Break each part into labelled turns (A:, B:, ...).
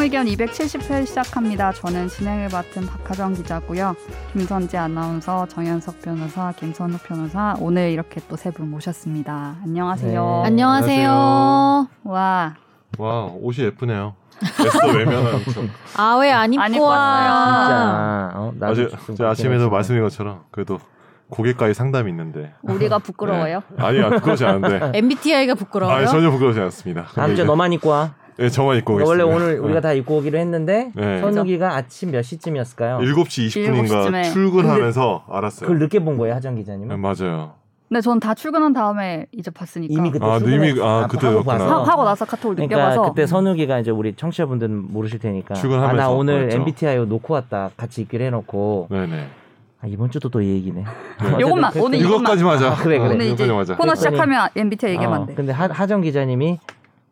A: 의견 270회 시작합니다. 저는 진행을 맡은 박하정 기자고요. 김선재 아나운서, 정현석 변호사, 김선우 변호사 오늘 이렇게 또 세 분 모셨습니다. 안녕하세요.
B: 네.
C: 안녕하세요.
B: 안녕하세요.
A: 와
B: 와 옷이 예쁘네요. 애써 외면한 척.
C: 아 왜 안
A: 안
C: 입고
A: 입고
C: 와?
A: 왔어요.
D: 진짜. 어? 나도
B: 아주
D: 좀
B: 제가 아침에도
D: 걱정했어.
B: 말씀드린 것처럼 그래도 고객과의 상담이 있는데
D: 네.
A: 우리가 부끄러워요.
B: 아니야 부끄러지 않은데
C: MBTI가 부끄러워요?
B: 아니, 전혀 부끄러지 않습니다. 근데
D: 다음 주에
B: 이제-
D: 너만 입고 와.
B: 예, 저만 입고
D: 원래
B: 오겠습니다.
D: 오늘 우리가 다 입고 오기로 했는데
B: 네.
D: 선욱이가 아침 몇 시쯤이었을까요?
B: 7시 네. 20분인가
A: 7시쯤에.
B: 출근하면서 알았어요.
D: 그걸 늦게 본 거예요 하정
B: 네,
D: 기자님은?
B: 맞아요.
A: 근데 전 다 출근한 다음에 이제 봤으니까
D: 이미 그때
B: 아,
D: 출근을
B: 이미- 아,
D: 하고
B: 그때였구나.
D: 봐서.
A: 하, 하고 나서 카톡을
D: 그러니까
A: 느껴봐서
D: 그때 선욱이가 이제 우리 청취자분들은 모르실 테니까
B: 출근하면서 그렇죠.
D: 아 나 오늘
B: 그랬죠.
D: MBTI 놓고 왔다 같이 입기로 해놓고
B: 네네.
D: 아, 이번 주도 또 이 얘기네.
A: 요것만, 오늘 이거-
B: 이것까지 맞아.
D: 아, 그래, 그래.
B: 어,
A: 오늘 이제
B: 이것까지 맞아.
A: 코너
D: 그랬더니-
A: 시작하면
D: 어,
A: MBTI 얘기하면 안 돼.
D: 근데 하, 하정 기자님이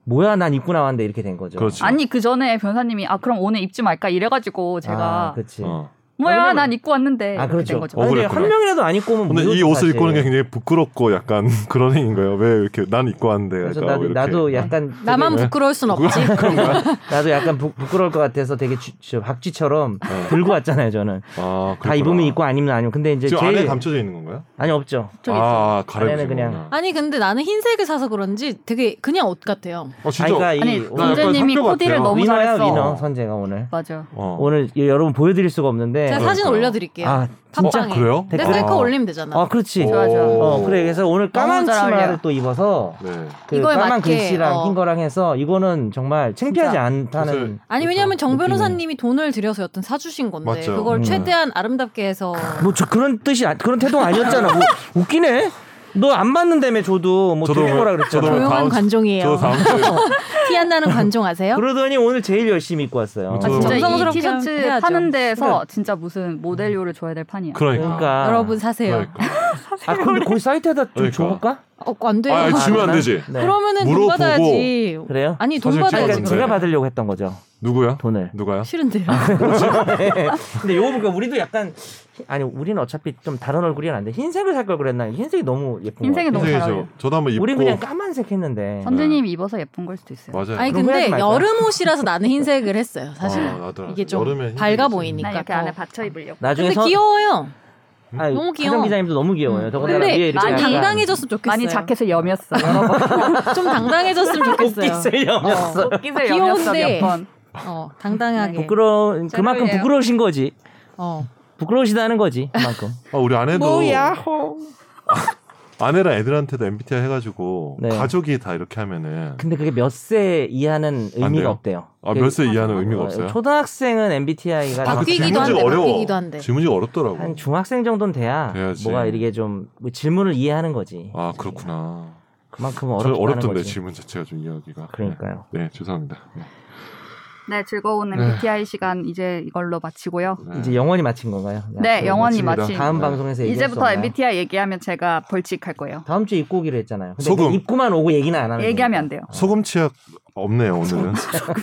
D: 뭐야 난 입고 나왔는데 이렇게 된 거죠.
B: 그렇죠.
A: 아니 그 전에 변사님이 아 그럼 오늘 입지 말까 이래가지고 제가
D: 아, 그렇지.
B: 어.
A: 뭐야
D: 왜냐면-
A: 난 입고 왔는데
D: 아
A: 이렇게 된
D: 그렇죠.
A: 거죠.
B: 어,
D: 아니, 근데
B: 그랬구나.
D: 한 음, 명이라도 안 입고 오면
B: 근데 이
D: 무효지,
B: 옷을 입고 오는 게
D: 사실.
B: 굉장히 부끄럽고 약간 그런 행인 거예요. 왜 이렇게 난 입고 왔는데
D: 그래서
B: 약간
D: 나도
B: 그러니까 이렇게. 어?
D: 나도 약간
C: 나만
B: 네.
C: 뭐-
D: 되게-
C: 부끄러울 순 없지.
D: 나도 약간 부, 부끄러울 것 같아서 되게 쥐, 저 박쥐처럼
B: 어.
D: 들고 왔잖아요 저는
B: 아,
D: 다
B: 그렇구나.
D: 입으면 입고 안 입으면 안 입고 근데 이제
B: 지금
D: 제일
B: 안에 감춰져 있는 건가요?
D: 아니 없죠
A: 저기
B: 아, 아, 가려고
D: 안에는
B: 지금
D: 그냥-
B: 그냥.
C: 아니 근데 나는 흰색을 사서 그런지 되게 그냥 옷 같아요.
B: 아,
D: 아니,
B: 진짜.
D: 그러니까 이
A: 아니
D: 오늘 그
B: 약간
A: 선재님이
B: 학교
A: 코디를
B: 같아요.
A: 너무
D: 위너야
A: 잘했어.
D: 위너 선재가 오늘
A: 맞아.
B: 어.
D: 오늘 이- 여러분 보여드릴 수가 없는데
C: 제가 사진
B: 네. 그러니까요.
C: 올려드릴게요.
D: 아
B: 진짜
C: 팟빵에.
B: 그래요?
C: 내
D: 댓글-
C: 어, 셀카 올리면 되잖아.
D: 아 그렇지
A: 좋아, 좋아.
B: 오.
D: 어 그래 그래서 오늘 까만
A: 너무 잘
D: 치마를
A: 어울려.
D: 또 입어서
B: 네.
D: 그
C: 이거에
D: 까만
C: 맞게,
D: 글씨랑
C: 어.
D: 흰 거랑 해서 이거는 정말 창피하지
A: 진짜.
D: 않다는
B: 그래서-
C: 아니 왜냐면 정
D: 느낌이.
C: 변호사님이 돈을 들여서 여튼 사주신 건데
B: 그렇죠. 맞죠.
C: 그걸
D: 음.
C: 최대한 아름답게 해서
D: 뭐 저 그런 뜻이 아- 그런 태도가 아니었잖아 뭐, 웃기네 너 안 맞는다며 저도 뭐
B: 저도
D: 들고 오라
B: 오늘-
D: 그랬잖아
B: 저도 오늘
C: 조용한
B: 다음 주-
C: 관종이에요.
B: 저 다음 주에
C: 티 안 나는 관종 아세요?
D: 그러더니 오늘 제일 열심히 입고 왔어요.
B: 아,
A: 진짜 이
C: 정성스럽게
A: 티셔츠
C: 해야죠. 네.
A: 파는 데서 진짜 무슨 모델료를 줘야 될 판이야.
B: 그러니까.
D: 그러니까
C: 아, 여러분 사세요.
B: 그러니까.
D: 아 근데 거기 사이트에다 좀
B: 그러니까.
D: 줘볼까?
C: 어, 안 돼요.
B: 아,
D: 아,
B: 주면 안
D: 그러나?
B: 되지.
D: 네.
C: 그러면은 돈
B: 물어보고.
C: 받아야지.
D: 그래요?
C: 아니 돈
B: 사진
C: 받아야지.
B: 찍어야
D: 그러니까
B: 되는데.
D: 제가 받으려고 했던 거죠
B: 누구야?
D: 돈을.
B: 누가요?
C: 싫은데요.
D: 근데 요거 보니까 우리도 약간 희- 아니 우리는 어차피 좀 다른 얼굴이긴 한데 흰색을 살 걸 그랬나? 흰색이 너무 예쁜
A: 흰색이
D: 거.
A: 너무 잘 어울려.
B: 선생님 저 저도 한번 입고
D: 우린 그냥 까만색 했는데.
A: 선재님 입어서 예쁜 걸 수도 있어요.
B: 맞아요.
C: 아니
D: 그럼
C: 근데
D: 후회하지 말자.
C: 여름 옷이라서 나는 흰색을 했어요. 사실
B: 아, 나도
C: 이게
B: 알았어.
C: 좀
B: 여름에 흰색이
C: 밝아
B: 있어요.
C: 보이니까.
A: 난 네, 이렇게 그러니까
C: 더.
A: 그 안에 받쳐 입으려고.
D: 나중에
C: 근데
D: 선-
C: 귀여워요.
D: 아니,
C: 너무 귀여워. 음.
D: 하정 기자님도 너무 귀여워요. 더군다나 위에
C: 근데
D: 이렇게
C: 좀
A: 많이
D: 약간
C: 당당해졌으면 좋겠어요.
A: 많이 자켓을 여몄어.
C: 좀 당당해졌으면 좋겠어요.
D: 옷깃을 염렸어.
A: 옷깃을
C: 귀여운데.
A: 여몄어 몇 번.
C: 어,
A: 예.
C: 당당하게.
D: 부끄러운
A: 잘
D: 그만큼
A: 어울려요.
D: 부끄러우신 거지.
C: 어.
D: 부끄러우시다는 거지. 그만큼.
B: 아, 우리 아내도 아,
D: 호.
B: 아내랑 애들한테도 MBTI 해가지고
D: 네.
B: 가족이 다 이렇게 하면은
D: 근데 그게 몇 세 이하는 의미가
B: 돼요?
D: 없대요.
B: 아,
D: 그게
B: 몇 세 이하는 의미가 없어요.
D: 초등학생은 MBTI가
B: 아, 그
C: 바뀌기도
B: 질문지가
C: 한데,
B: 어려워.
C: 바뀌기도 한데.
B: 질문지가 어렵더라고.
D: 한 네. 중학생 정도는 돼야
B: 돼야지.
D: 뭐가 이렇게 좀뭐 질문을 이해하는 거지.
B: 아 그렇구나.
D: 그만큼
B: 저는
D: 어렵다는
B: 어렵던데
D: 거지.
B: 질문 자체가 좀 이야기가.
D: 그러니까요.
B: 네, 네, 죄송합니다. 네.
A: 네 즐거운 MBTI 시간 이제 이걸로 마치고요.
B: 네.
D: 이제 영원히 마친 건가요?
A: 네
D: 그
A: 영원히
B: 마칩니다.
A: 마치.
D: 다음
B: 네.
D: 방송에서 얘기할 수
A: 이제부터
D: 없나요?
A: MBTI 얘기하면 제가 벌칙할 거예요.
D: 다음 주에 입고 오기로 했잖아요. 근데
B: 소금.
D: 그냥 입고만 오고 얘기는 안 하는
A: 얘기하면 안 돼요.
B: 소금 치약 없네요 오늘은.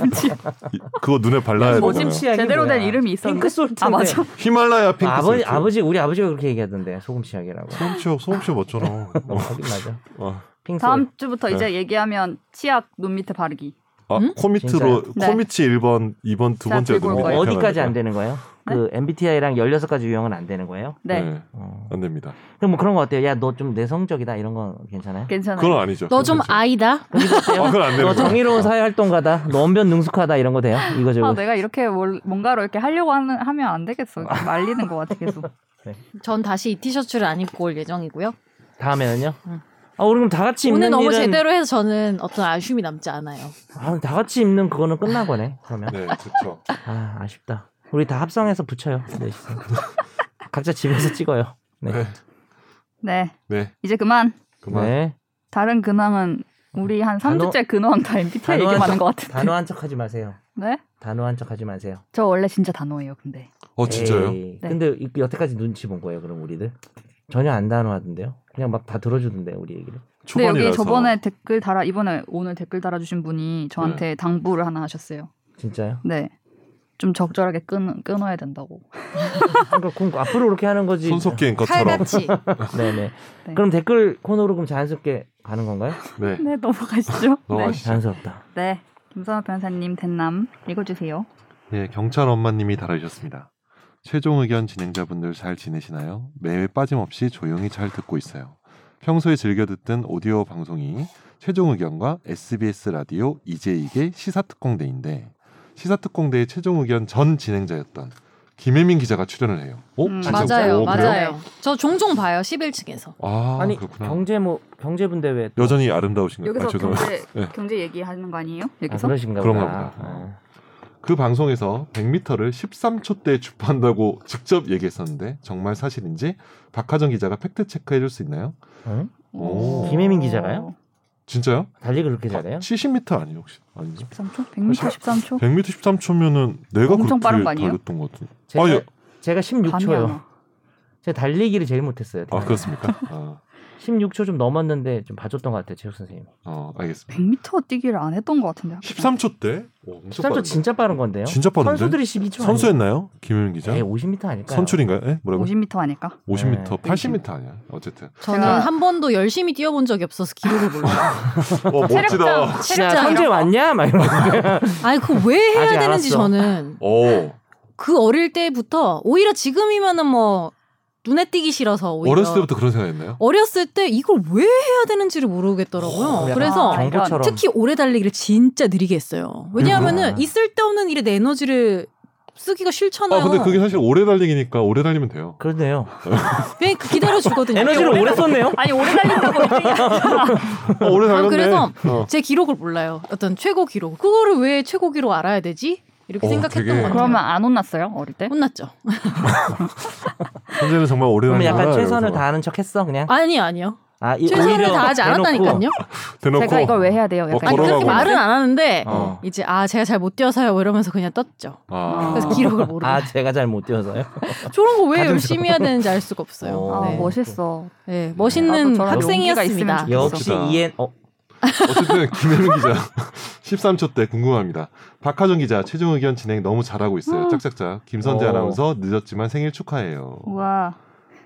B: 이- 그거 눈에 발라야
A: 뭐지?
B: 되잖아요.
D: 소금치약이
A: 제대로 된
D: 뭐야?
A: 이름이 있었는데.
D: 핑크 솔트.
A: 아, 맞아.
B: 히말라야 핑크.
D: 아버지
B: 세트.
D: 아버지 우리 아버지가 그렇게 얘기하던데 소금 치약이라고.
B: 소금 치약 소금 치약 맞잖아.
D: 어, 하긴 맞아.
B: 어.
D: 핑크 솔트.
A: 다음 주부터
D: 네.
A: 이제 얘기하면 치약 눈 밑에 바르기.
B: 아,
C: 음?
B: 코미트로
A: 네.
B: 코미치 1번, 2번 두
A: 자,
B: 번째
A: 들고 올
B: 넘어가
A: 거예요.
D: 어,
B: 이렇게
D: 디까지안
B: 하니까.
D: 되는 거예요?
C: 네?
D: 그 MBTI랑 16가지 유형은 안 되는 거예요?
A: 네,
B: 네.
D: 어.
B: 안 됩니다.
D: 그럼 뭐 그런 거 어때요? 야, 너 좀 내성적이다. 이런 건 괜찮아요?
A: 괜찮아요.
B: 그건 아니죠.
C: 너 좀
B: 괜찮죠.
C: 아이다.
B: 아, 그건
D: 너
B: 안 되는 거예요.
D: 정의로운 사회활동가다. 너 언변 능숙하다. 이런 거 돼요? 이거 저거.
A: 아,
C: 네.
A: 내가 이렇게 뭘- 뭔가로 이렇게 하려고 하는, 하면 안 되겠어. 이렇게 말리는 것 같아 계속.
C: 전 다시 이 티셔츠를 안 입고 올 예정이고요.
D: 다음에는요?
C: 응.
D: 아, 우리 그럼 다 같이
C: 오늘
D: 입는
C: 너무
D: 일은
C: 제대로 해서 저는 어떤 아쉬움이 남지 않아요.
D: 아, 다 같이 입는 그거는 끝난 거네. 그러면
B: 네, 그렇죠.
D: 아, 아쉽다. 우리 다 합성해서 붙여요. 네. 각자 집에서 찍어요. 네.
B: 네.
A: 네,
B: 네,
A: 이제 그만.
B: 그만.
D: 네.
A: 다른 근황은 우리 한
D: 단호-
A: 3주째 근황 다 MBTI
D: 단호한
A: 얘기하는
D: 척-
A: 것 같은데.
D: 단호한 척하지 마세요.
A: 네?
D: 단호한 척하지 마세요.
A: 저 원래 진짜 단호해요, 근데.
B: 어, 진짜요?
D: 에이,
A: 네.
D: 근데 이- 여태까지 눈치 본 거예요, 그럼 우리들? 전혀 안 단호하던데요. 그냥 막 다 들어주던데 요 우리 얘기를.
A: 근데
B: 초반이라서.
A: 네, 여기 저번에 댓글 달아 이번에 오늘 댓글 달아주신 분이 저한테 당부를 하나 하셨어요.
D: 진짜요?
A: 네. 좀 적절하게 끊, 끊어야 된다고.
D: 그러니까 그럼 앞으로 그렇게 하는 거지.
B: 손석기인 것처럼.
C: 칼같이.
D: 네네.
A: 네.
D: 그럼 댓글 코너로 그럼 자연스럽게 가는 건가요?
B: 네.
A: 네, 넘어가시죠.
B: 너무
A: 네.
B: 아쉽-
D: 자연스럽다.
A: 네. 김선호 변호사님 된남 읽어주세요.
B: 네, 경찰 엄마님이 달아주셨습니다. 최종 의견 진행자분들 잘 지내시나요? 매일 빠짐없이 조용히 잘 듣고 있어요. 평소에 즐겨 듣던 오디오 방송이 최종 의견과 SBS 라디오 이제 이게 시사특공대인데 시사특공대의 최종 의견 전 진행자였던 김혜민 기자가 출연을 해요. 어?
A: 음,
B: 진짜?
C: 맞아요,
B: 어, 그래요?
C: 맞아요. 저 종종 봐요 11층에서.
B: 아,
D: 아니
B: 그렇구나.
D: 경제 뭐 경제분 대회 또-
B: 여전히 아름다우신 것
A: 여기서
B: 같아요.
A: 경제
B: 네.
A: 경제 얘기하는 거 아니에요?
D: 아,
A: 여기서?
D: 그러신가
B: 그런가
D: 보다.
B: 보다.
D: 아.
A: 어?
B: 그 방송에서 100m를 13초 때 주파한다고 직접 얘기했었는데 정말 사실인지 박하정 기자가 팩트 체크해 줄 수 있나요?
D: 응?
B: 오.
D: 김혜민 기자가요?
B: 진짜요?
D: 달리기 그렇게
B: 아,
D: 잘해요?
B: 70m 아니에요 혹시? 아니죠?
A: 13초? 100m 13초?
B: 100m 13초면은 내가
A: 엄청
B: 그렇게
A: 빠른 거 아니에요?
B: 달렸던 것 같은데.
D: 제가
B: 아니요.
D: 제가
A: 감이 안
D: 16초요.
A: 와.
D: 제가 달리기를 제일 못했어요.
B: 아 그렇습니까? 아,
D: 16초 좀 넘었는데 좀 봐줬던 것 같아요, 체육 선생님.
B: 어, 알겠습니다.
A: 100m 뛰기를 안 했던 것 같은데. 학교
B: 13초 때? 오,
D: 13초
B: 엄청 빠른데.
D: 진짜 빠른 건데요.
B: 진짜 빠른데?
D: 선수들이 12초.
B: 선수였나요? 김효민 기자?
D: 에 50m 아닐까요?
B: 선출인가요? 예?
A: 때.
B: 뭐라고?
A: 50m 아닐까?
B: 50m,
D: 네.
B: 80m 아니야? 어쨌든.
C: 저는
A: 제가-
C: 한 번도 열심히 뛰어본 적이 없어서 기록을 몰라요.
B: 어, 멋지다.
A: 체력장,
D: 진짜
A: 체력장
D: 선제
A: 이런 거.
D: 왔냐? 막 이러고.
C: 아니 그 왜 해야
D: 아직 안
C: 되는지
D: 왔어.
C: 저는
B: 오.
C: 그 어릴 때부터 오히려 지금이면은 뭐 눈에 띄기 싫어서 오히려
B: 어렸을 때부터 그런 생각했나요?
C: 어렸을 때 이걸 왜 해야 되는지를
B: 어,
C: 모르겠더라고요.
D: 어, 약간 그러니까
C: 그래서
A: 아,
D: 정보처럼
C: 특히 오래 달리기를 진짜 느리게 했어요. 왜냐하면은
D: 음.
C: 이 쓸데없는 일에 내 에너지를 쓰기가 싫잖아요.
B: 아 근데 그게 사실 오래 달리기니까 오래 달리면 돼요.
D: 그러네요.
C: 그냥 기다려 주거든요.
D: 에너지를 오래 썼네요.
A: 아니 오래 달린다고
B: 어, 오래
C: 아,
B: 달렸네.
C: 그래서
B: 어.
C: 제 기록을 몰라요. 어떤 최고 기록. 그거를 왜 최고 기록 알아야 되지? 이렇게
B: 어,
C: 생각했던
B: 되게-
C: 것 같아요.
A: 그러면 안 혼났어요 어릴 때?
C: 혼났죠.
B: 현재는 정말 오래
D: 그러면
B: 달리기.
D: 약간 최선을 다하는 척했어 그냥.
C: 아니 아니요.
D: 아, 이-
C: 최선을
D: 오히려
C: 다하지
D: 대놓고
C: 않았다니까요.
B: 대놓고
A: 제가 이걸 왜 해야 돼요?
B: 어,
A: 약간
C: 아니
B: 걸어가고
C: 그렇게 말은 안 하는데
D: 어.
C: 이제 아 제가 잘 못 뛰어서요 뭐 이러면서 그냥 떴죠.
B: 아.
A: 어.
C: 그래서 기록을 모르고
D: 아 제가 잘 못 뛰어서요.
C: 저런 거 왜
D: 가슴
C: 열심히 해야 되는지 알 수가 없어요.
D: 어.
A: 아
C: 네.
A: 멋있어.
C: 네, 멋있는
A: 나도 저런 용기가
C: 학생이었습니다.
A: 있으면
D: 역시
B: 멋지다.
D: 이엔 어
B: 어쨌든 김혜민 기자 13초 때 궁금합니다. 박하정 기자 최종 의견 진행 너무 잘하고 있어요. 짝짝짝. 김선재
D: 어.
B: 아나운서 늦었지만 생일 축하해요.
A: 음. 우와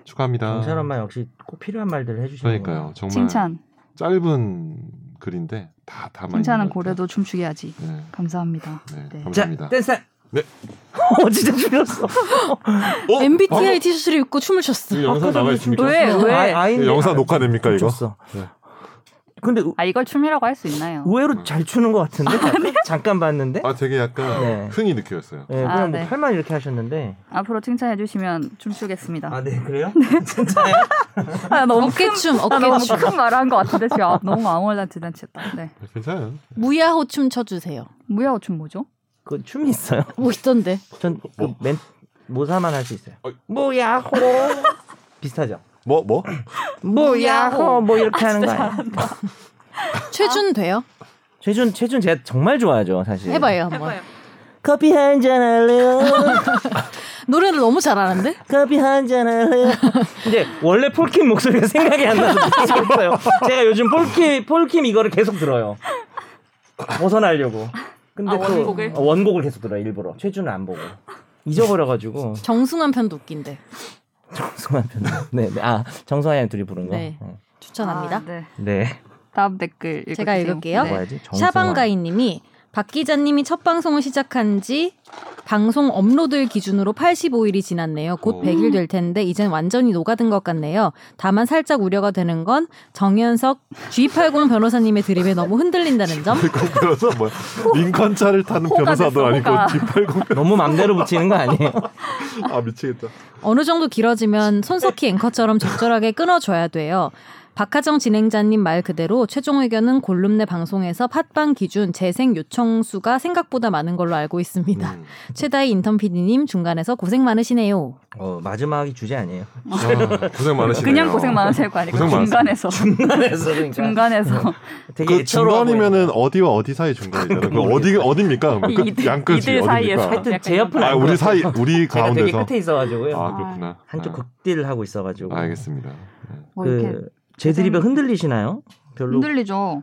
B: 축하합니다.
D: 경찰 엄마 역시 꼭 필요한 말들을 해주시는
B: 아. 그러니까요. 정말
A: 칭찬.
B: 짧은 글인데 다 담아
A: 칭찬은
B: 있는 것 같아요.
A: 고래도 춤추게 하지.
B: 네.
A: 감사합니다.
B: 네,
A: 네.
B: 감사합니다.
D: 자, 댄스.
B: 네.
D: 어, 진짜 줄였어.
B: 어?
C: MBTI 티셔츠를 입고 춤을 췄어.
B: 이 영상 나와 있습니까?
A: 왜? 왜?
D: 아,
B: 이거 네, 영상 녹화됩니까 이거?
D: 줬어.
B: 네.
D: 근데 의-
A: 아 이걸 춤이라고 할 수 있나요?
D: 의외로 잘 추는 것 같은데
C: 아, 네?
D: 잠깐 봤는데.
B: 음. 아 되게 약간
D: 네.
B: 흥이 느껴졌어요.
D: 예, 그냥
A: 아,
D: 뭐
A: 네.
D: 팔만 이렇게 하셨는데.
A: 앞으로 칭찬해 주시면 춤추겠습니다.
D: 아, 네, 그래요?
A: 아, 너무
C: 어깨춤,
A: 아,
D: 뭐.
A: 너무
C: 어깨춤.
A: 큰 말한 것 같은데 지금 아, 너무 아무나 지나쳤다. 네.
B: 괜찮아요.
C: 무야호 춤 춰주세요.
A: 무야호 춤 뭐죠?
D: 그 춤이 있어요?
C: 뭐 있던데?
B: 뭐?
D: 전그맨 모사만 할 수 있어요.
B: 어.
D: 뭐야호 비슷하죠?
B: 뭐 뭐?
D: 뭐야호 뭐 이렇게 하는 거 아니에요?
C: 최준 돼요?
D: 최준 최준 제가 정말 좋아하죠 사실.
C: 해봐요 한번.
D: 커피 한 잔 할래요.
C: 노래를 너무 잘하는데?
D: 커피 한 잔 할래요. 근데 원래 폴킴 목소리가 생각이 안 나서 못 들었어요. 제가 요즘 폴킴 폴킴 이거를 계속 들어요. 벗어나려고. 근데
A: 아,
D: 또
A: 원곡을?
D: 어, 원곡을 계속 들어요 일부러. 최준은 안 보고. 잊어버려가지고
C: 정승환 편도 웃긴데
D: 정성한 편. 네, 네. 아 정성한 양 둘이 부른 거.
C: 네.
D: 네.
C: 추천합니다.
A: 아, 네.
D: 네.
A: 다음 댓글 읽어주세요.
C: 제가 읽을게요.
A: 네.
D: 뭐야지?
C: 샤방가이님이 박 기자님이 첫 방송을 시작한 지 방송 업로드 기준으로 85일이 지났네요. 곧
B: 오.
C: 100일 될 텐데 이젠 완전히 녹아든 것 같네요. 다만 살짝 우려가 되는 건 정현석 G80 변호사님의 드립에 너무 흔들린다는 점.
B: 그래서 뭐 인컨차를 타는
A: 호가
B: 변호사도
A: 됐어, 호가.
B: 아니고 뒷팔공
D: 너무 맘대로 붙이는 거 아니에요?
B: 아 미치겠다.
C: 어느 정도 길어지면
D: 네.
C: 손석희 앵커처럼 적절하게 끊어줘야 돼요. 박하정 진행자님 말 그대로 최종 의견은 골룸내 방송에서 팟빵 기준 재생 요청 수가 생각보다 많은 걸로 알고 있습니다.
B: 음.
C: 최다희 인턴 PD님 중간에서 고생 많으시네요.
D: 어, 마지막이 주제 아니에요.
B: 아, 고생 많으시네요.
A: 그냥 고생 많으실 거 아니고
B: 고생
A: 중간에서
D: 그래서 그러니까
A: 중간에서
D: 되게
B: 그
D: 애처로워
B: 중간이면은 어디와 어디 사이 중간이잖아요. 그 어디 어디입니까?
A: 이-
B: 끝,
A: 이들-
B: 그 양끝이
A: 이들 사이에서.
B: 어디입니까?
D: 하여튼 제 옆을
B: 아
D: 안
B: 우리
D: 보여요.
B: 사이 우리
D: 제가 되게
B: 가운데서
D: 끝에 있어가지고요.
B: 아 그렇구나.
D: 한쪽
B: 아,
D: 극딜을 하고 있어가지고.
B: 알겠습니다.
A: 뭐 이렇게
D: 그 제 드립에 흔들리시나요? 별로
A: 흔들리죠.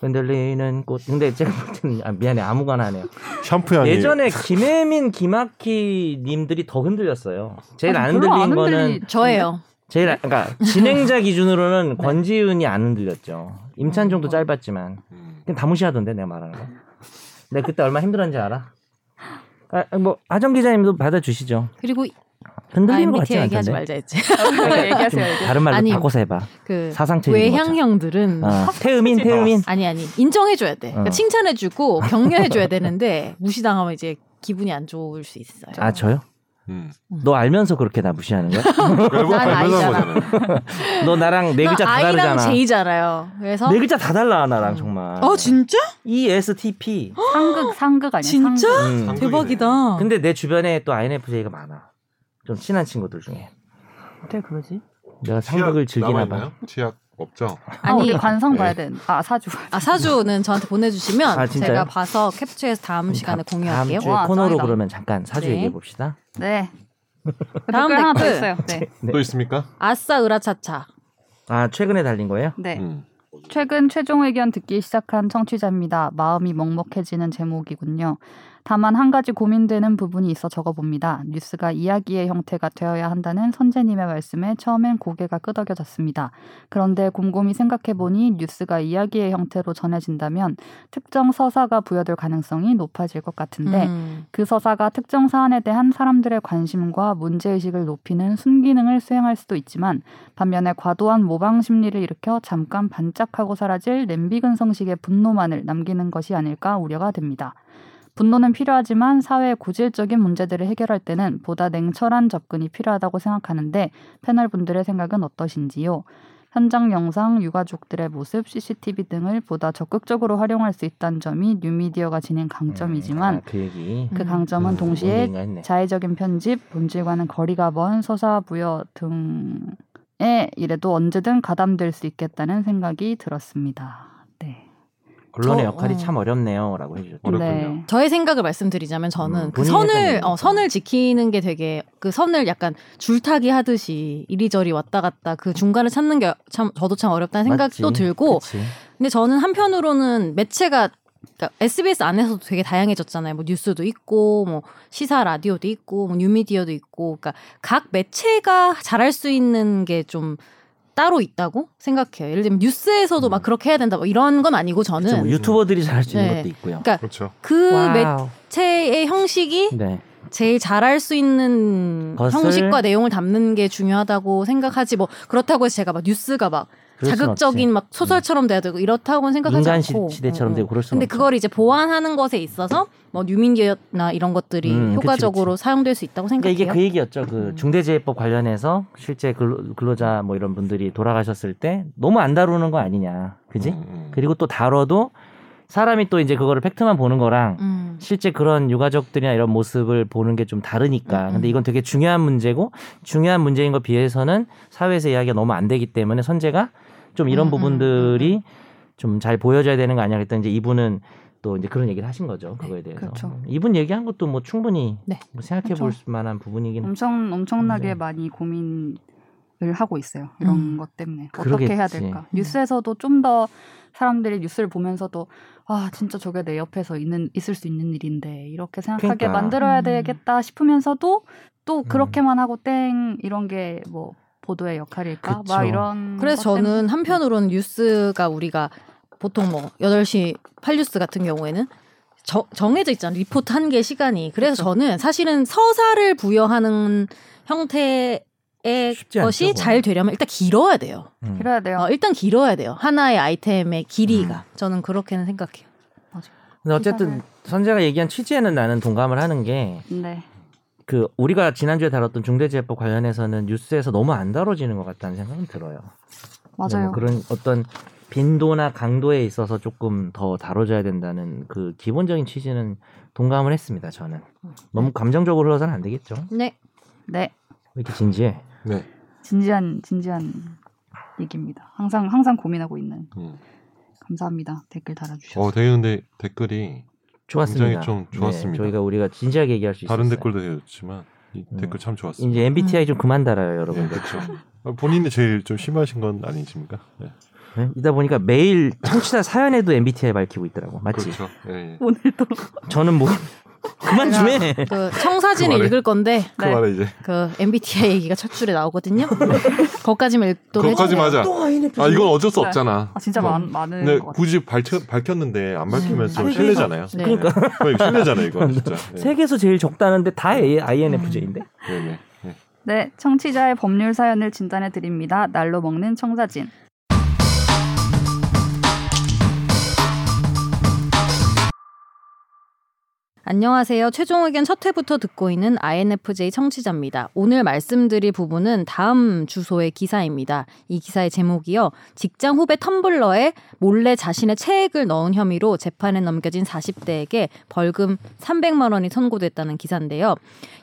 D: 흔들리는 꽃. 근데 제가 볼 때는 아, 미안해 아무거나 하네요.
B: 샴푸 향이
D: 예전에 김혜민, 김학희 님들이 더 흔들렸어요. 제일
A: 아니,
D: 안
A: 별로
D: 흔들린
A: 안
D: 거는
A: 흔들리-
C: 저예요.
D: 제일
C: 네.
D: 안- 그러니까 진행자 기준으로는 권지윤이 안 흔들렸죠. 임찬종도 짧았지만
B: 음.
D: 그냥 다 무시하던데 내가 말하는 거. 내 그때 얼마 힘들었는지 알아? 아, 뭐 하정 기자님도 받아주시죠.
C: 그리고
D: 흔들리는 것 같지
C: MBTI 얘기하지
D: 않던데.
C: 말자 했지.
D: 좀
A: 얘기하세요. 얘기하세요.
D: 다른 말로
C: 아니,
D: 바꿔서 해봐.
C: 그
D: 사상체인 거죠.
C: 외향형들은
D: 어, 태음인 태음인.
C: 아니 아니 인정해줘야 돼. 그러니까
D: 어.
C: 칭찬해주고 격려해줘야 되는데 무시당하면 이제 기분이 안 좋을 수 있어요.
D: 아 저요?
B: 음.
D: 너 알면서 그렇게 나 무시하는 거야?
B: 결국
C: 난
B: 발견한
C: 아니잖아.
B: 거잖아요.
D: 너 나랑 네
C: 나
D: 글자 다
C: I랑
D: 다르잖아.
C: J잖아요. 그래서
D: 네 글자 다 달라 나랑 정말. E
C: 어 진짜?
D: ESTP.
A: 상극 상극 아니야?
C: 진짜?
A: 상극.
D: 음.
B: 상극이네.
C: 대박이다.
D: 근데 내 주변에 또 INFJ가 많아. 좀 친한 친구들 중에.
A: 어떻게 그러지?
D: 내가 상극을
B: 치약
D: 즐기나 봐.
B: 남아있나요? 치약 없죠.
A: 아니
C: 아니
A: 관성 봐야
B: 네.
A: 되는. 아 사주.
C: 아 사주는 저한테 보내주시면
D: 아, 진짜요?
C: 제가 봐서 캡처해서 다음 시간에
D: 다음- 아,
C: 공유할게요.
D: 다음 주에
A: 와,
D: 코너로
A: 짱이다.
D: 그러면 잠깐 사주
C: 네.
D: 얘기해 봅시다.
A: 네.
C: 다음
A: 댓글 하나 더
C: 댓글.
A: 있어요. 네.
D: 네.
B: 또 있습니까?
C: 아싸 으라차차.
D: 아 최근에 달린 거예요?
A: 네.
B: 음.
A: 최근 최종 의견 듣기 시작한 청취자입니다. 마음이 먹먹해지는 제목이군요. 다만 한 가지 고민되는 부분이 있어 적어봅니다. 뉴스가 이야기의 형태가 되어야 한다는 선재님의 말씀에 처음엔 고개가 끄덕여졌습니다. 그런데 곰곰이 생각해보니 뉴스가 이야기의 형태로 전해진다면 특정 서사가 부여될 가능성이 높아질 것 같은데
C: 음.
A: 그 서사가 특정 사안에 대한 사람들의 관심과 문제의식을 높이는 순기능을 수행할 수도 있지만 반면에 과도한 모방 심리를 일으켜 잠깐 반짝하고 사라질 냄비근성식의 분노만을 남기는 것이 아닐까 우려가 됩니다. 분노는 필요하지만 사회의 고질적인 문제들을 해결할 때는 보다 냉철한 접근이 필요하다고 생각하는데 패널 분들의 생각은 어떠신지요? 현장 영상, 유가족들의 모습, CCTV 등을 보다 적극적으로 활용할 수 있다는 점이 뉴미디어가 지닌 강점이지만
D: 음, 아, 그 얘기.
A: 그
C: 음.
A: 강점은
D: 음, 뭔
A: 동시에
D: 얘기인가 했네.
A: 자의적인 편집, 본질과는 거리가 먼 서사 부여 등에 이래도 언제든 가담될 수 있겠다는 생각이 들었습니다. 네.
D: 언론의
C: 저-
D: 역할이
C: 어.
D: 참 어렵네요라고 해주셨죠.
B: 어렵군요.
A: 네.
C: 저의 생각을 말씀드리자면 저는
D: 음,
C: 그
D: 본인의
C: 선을
D: 생각이니까.
C: 어, 선을 지키는 게 되게 그 선을 약간 줄타기 하듯이 이리저리 왔다 갔다 그 중간을 찾는 게 참 저도 참 어렵다는 생각도
D: 맞지?
C: 들고
D: 그치.
C: 근데 저는 한편으로는 매체가 그러니까 SBS 안에서도 되게 다양해졌잖아요. 뭐 뉴스도 있고 뭐 시사 라디오도 있고 뭐 뉴미디어도 있고 그러니까 각 매체가 잘할 수 있는 게 좀 따로 있다고 생각해요. 예를 들면
D: 음.
C: 뉴스에서도 막 그렇게 해야 된다 뭐 이런 건 아니고
D: 그치, 뭐
C: 저는
D: 유튜버들이 잘할 수 있는
C: 네.
D: 것도 있고요.
C: 그러니까
B: 그렇죠.
C: 그
D: 와우.
C: 매체의 형식이
D: 네.
C: 제일 잘할 수 있는
D: 것을-
C: 형식과 내용을 담는 게 중요하다고 생각하지 뭐 그렇다고 해서 제가 막 뉴스가 막
D: 그럴 순
C: 자극적인
D: 없지.
C: 막 소설처럼 돼야 되고 이렇다고는 생각하지
D: 인간 시,
C: 않고
D: 시대처럼
C: 어, 어.
D: 되고 그럴 수
C: 근데 그걸 이제 보완하는 것에 있어서 뭐 뉴민디어나 이런 것들이
D: 음, 그치,
C: 효과적으로
D: 그치.
C: 사용될 수 있다고
D: 그러니까
C: 생각해요.
D: 이게 그 얘기였죠. 그
C: 음.
D: 중대재해법 관련해서 실제 근로, 근로자 뭐 이런 분들이 돌아가셨을 때 너무 안 다루는 거 아니냐. 그지?
B: 음, 음.
D: 그리고 또 다뤄도 사람이 또 이제 그거를 팩트만 보는 거랑
C: 음.
D: 실제 그런 유가족들이나 이런 모습을 보는 게 좀 다르니까.
C: 음,
D: 근데
C: 음.
D: 이건 되게 중요한 문제고 중요한 문제인 것 비해서는 사회에서 이야기가 너무 안 되기 때문에 선재가 좀 이런
C: 음, 음,
D: 부분들이 좀 잘 보여져야 되는 거 아니야. 그랬더니 이제 이분은 또 이제 그런 얘기를 하신 거죠. 그거에 대해서. 음,
A: 그렇죠.
D: 이분 얘기한 것도 뭐 충분히
C: 네, 음,
D: 뭐 생각해 볼
A: 그렇죠.
D: 만한 부분이긴
A: 엄청 엄청나게
D: 네.
A: 많이 고민을 하고 있어요. 이런
C: 음.
A: 것 때문에
D: 그러겠지. 네.
A: 어떻게 해야 될까? 뉴스에서도 좀 더 사람들이 뉴스를 보면서도 아 진짜 저게 내 옆에서 있는 있을 수 있는 일인데 이렇게 생각하게
D: 그러니까. 음.
A: 만들어야
C: 음.
A: 되겠다 싶으면서도 또 그렇게만 하고 땡 이런 게 뭐 보도의 역할일까?
D: 그쵸.
A: 막 이런.
D: 음.
C: 그래서
A: 것 때문에.
C: 저는 한편으로는 뉴스가 우리가 보통 뭐 8시 8뉴스 같은 경우에는 저- 정해져 있잖아요. 리포트 한 개 시간이. 그래서
D: 그렇죠.
C: 저는 사실은 서사를 부여하는 형태의
D: 쉽지 않죠,
C: 것이
D: 그건.
C: 잘 되려면 일단 길어야 돼요.
D: 음.
A: 그래야 돼요.
C: 어, 일단 길어야 돼요. 하나의 아이템의 길이가.
D: 음.
C: 저는 그렇게는 생각해요.
D: 근데 어쨌든
A: 기사를.
D: 선재가 얘기한 취지에는 나는 동감을 하는 게
A: 네.
D: 그 우리가 지난주에 다뤘던 중대재해법 관련해서는 뉴스에서 너무 안 다뤄지는 것 같다는 생각은 들어요. 근데
A: 맞아요.
D: 뭐 그런 어떤 빈도나 강도에 있어서 조금 더 다뤄져야 된다는 그 기본적인 취지는 동감을 했습니다. 저는 너무 감정적으로 흘러서는 안 되겠죠. 왜
C: 네.
A: 네.
D: 이렇게 진지해?
B: 네.
A: 진지한 진지한 얘기입니다. 항상 항상 고민하고 있는.
B: 음.
A: 감사합니다. 댓글 달아주셔서.
D: 네.
B: 어, 되게 근데 댓글이
D: 좋았습니다.
B: 굉장히 좀 좋았습니다.
D: 네, 저희가 우리가 진지하게 얘기할 수 있어요.
B: 다른 댓글도 되게 좋지만 이
D: 음.
B: 댓글 참 좋았어요.
D: 이제 MBTI 좀 그만 달아요,
B: 예,
D: 여러분. 들
B: 그렇죠. 어, 본인이 제일 좀 심하신 건 아니십니까? 예.
D: 네? 이다 보니까 매일 청취자 사연에도 MBTI 밝히고 있더라고. 맞지?
A: 네.
B: 그렇죠. 예, 예.
A: 오늘도
D: 저는 뭐 그만 좀 해.
C: 그 청사진
B: 그만해.
C: 읽을 건데
B: 그 말에 이제
C: 그 MBTI 얘기가 첫 줄에 나오거든요. 네. 거기까지만 읽도록
B: 그것까지
C: 해주세요.
B: 맞아.
D: 또 아니네.
B: 아 이건 어쩔 수
A: 네.
B: 없잖아.
A: 아, 진짜
B: 뭐.
A: 많, 많은
B: 근데
A: 것 같아요.
B: 굳이 밝혀, 밝혔는데 안 밝히면 좀
D: 아니,
B: 실례잖아요.
C: 네.
D: 그러니까.
B: 네. 이거 실례잖아요, 이건 진짜. 네.
D: 세계에서 제일 적다는데 다 INFJ인데?
B: 네, 네. 네.
A: 네, 청취자의 법률 사연을 진단해 드립니다. 날로 먹는 청사진.
C: 안녕하세요. 최종 의견 첫 회부터 듣고 있는 INFJ 청취자입니다. 오늘 말씀드릴 부분은 다음 주소의 기사입니다. 이 기사의 제목이요. 직장 후배 텀블러에 몰래 자신의 체액을 넣은 혐의로 재판에 넘겨진 40대에게 벌금 300만 원이 선고됐다는 기사인데요.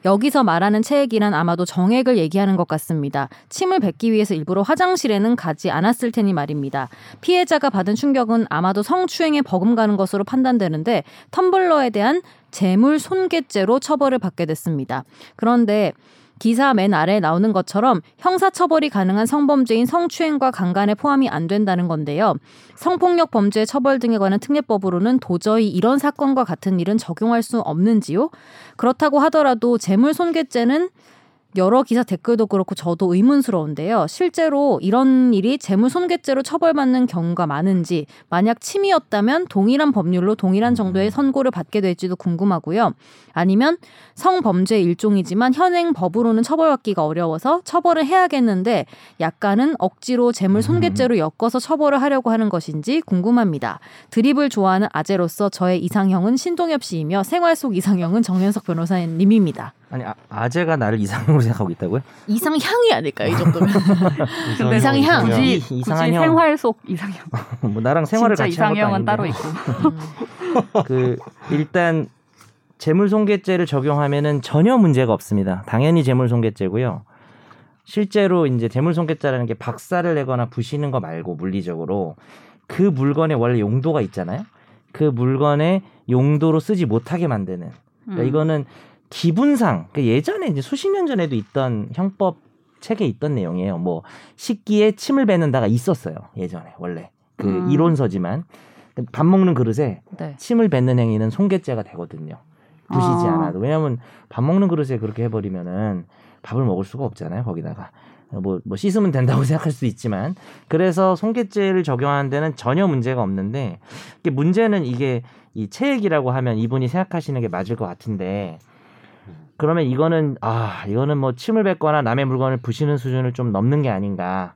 C: 여기서 말하는 체액이란 아마도 정액을 얘기하는 것 같습니다. 침을 뱉기 위해서 일부러 화장실에는 가지 않았을 테니 말입니다. 피해자가 받은 충격은 아마도 성추행에 버금가는 것으로 판단되는데 텀블러에 대한 재물 손괴죄로 처벌을 받게 됐습니다. 그런데 기사 맨 아래에 나오는 것처럼 형사처벌이 가능한 성범죄인 성추행과 강간에 포함이 안 된다는 건데요. 성폭력 범죄 처벌 등에 관한 특례법으로는 도저히 이런 사건과 같은 일은 적용할 수 없는지요? 그렇다고 하더라도 재물 손괴죄는 여러 기사 댓글도 그렇고 저도 의문스러운데요. 실제로 이런 일이 재물 손괴죄로 처벌받는 경우가 많은지, 만약 침이었다면 동일한 법률로 동일한 정도의 선고를 받게 될지도 궁금하고요. 아니면 성범죄 일종이지만 현행 법으로는 처벌받기가 어려워서 처벌을 해야겠는데 약간은 억지로 재물
D: 음.
C: 손괴죄로 엮어서 처벌을 하려고 하는 것인지 궁금합니다. 드립을 좋아하는 아재로서 저의 이상형은 신동엽 씨이며 생활 속 이상형은 정현석 변호사님입니다.
D: 아니 아, 재가 나를 이상형으로 생각하고 있다고요?
C: 이상향이 아닐까요, 이 정도면?
B: 이상형,
C: 이상형.
B: 이상형.
A: 굳이,
D: 네, 이-
A: 굳이
D: 이상한 형.
A: 생활 속 이상형.
D: 뭐 나랑 생활을
A: 진짜
D: 같이 한 것도
A: 이상형은
D: 아닌데.
A: 따로 있고.
C: 음.
D: 그 일단 재물손괴죄를 적용하면은 전혀 문제가 없습니다. 당연히 재물손괴죄고요. 실제로 이제 재물손괴죄라는 게 박살을 내거나 부시는 거 말고 물리적으로 그 물건에 원래 용도가 있잖아요. 그 물건의 용도로 쓰지 못하게 만드는.
A: 음.
D: 그러니까 이거는 기분상 그 예전에 이제 수십 년 전에도 있던 형법 책에 있던 내용이에요. 뭐 식기에 침을 뱉는다가 있었어요. 예전에 원래 그
A: 음.
D: 이론서지만 밥 먹는 그릇에
C: 네.
D: 침을 뱉는 행위는 손괴죄가 되거든요. 부시지
A: 아.
D: 않아도 왜냐하면 밥 먹는 그릇에 그렇게 해버리면은 밥을 먹을 수가 없잖아요 거기다가 뭐, 뭐 씻으면 된다고 생각할 수도 있지만 그래서 손괴죄를 적용하는 데는 전혀 문제가 없는데 이게 문제는 이게 이 체액이라고 하면 이분이 생각하시는 게 맞을 것 같은데 그러면 이거는 아 이거는 뭐 침을 뱉거나 남의 물건을 부시는 수준을 좀 넘는 게 아닌가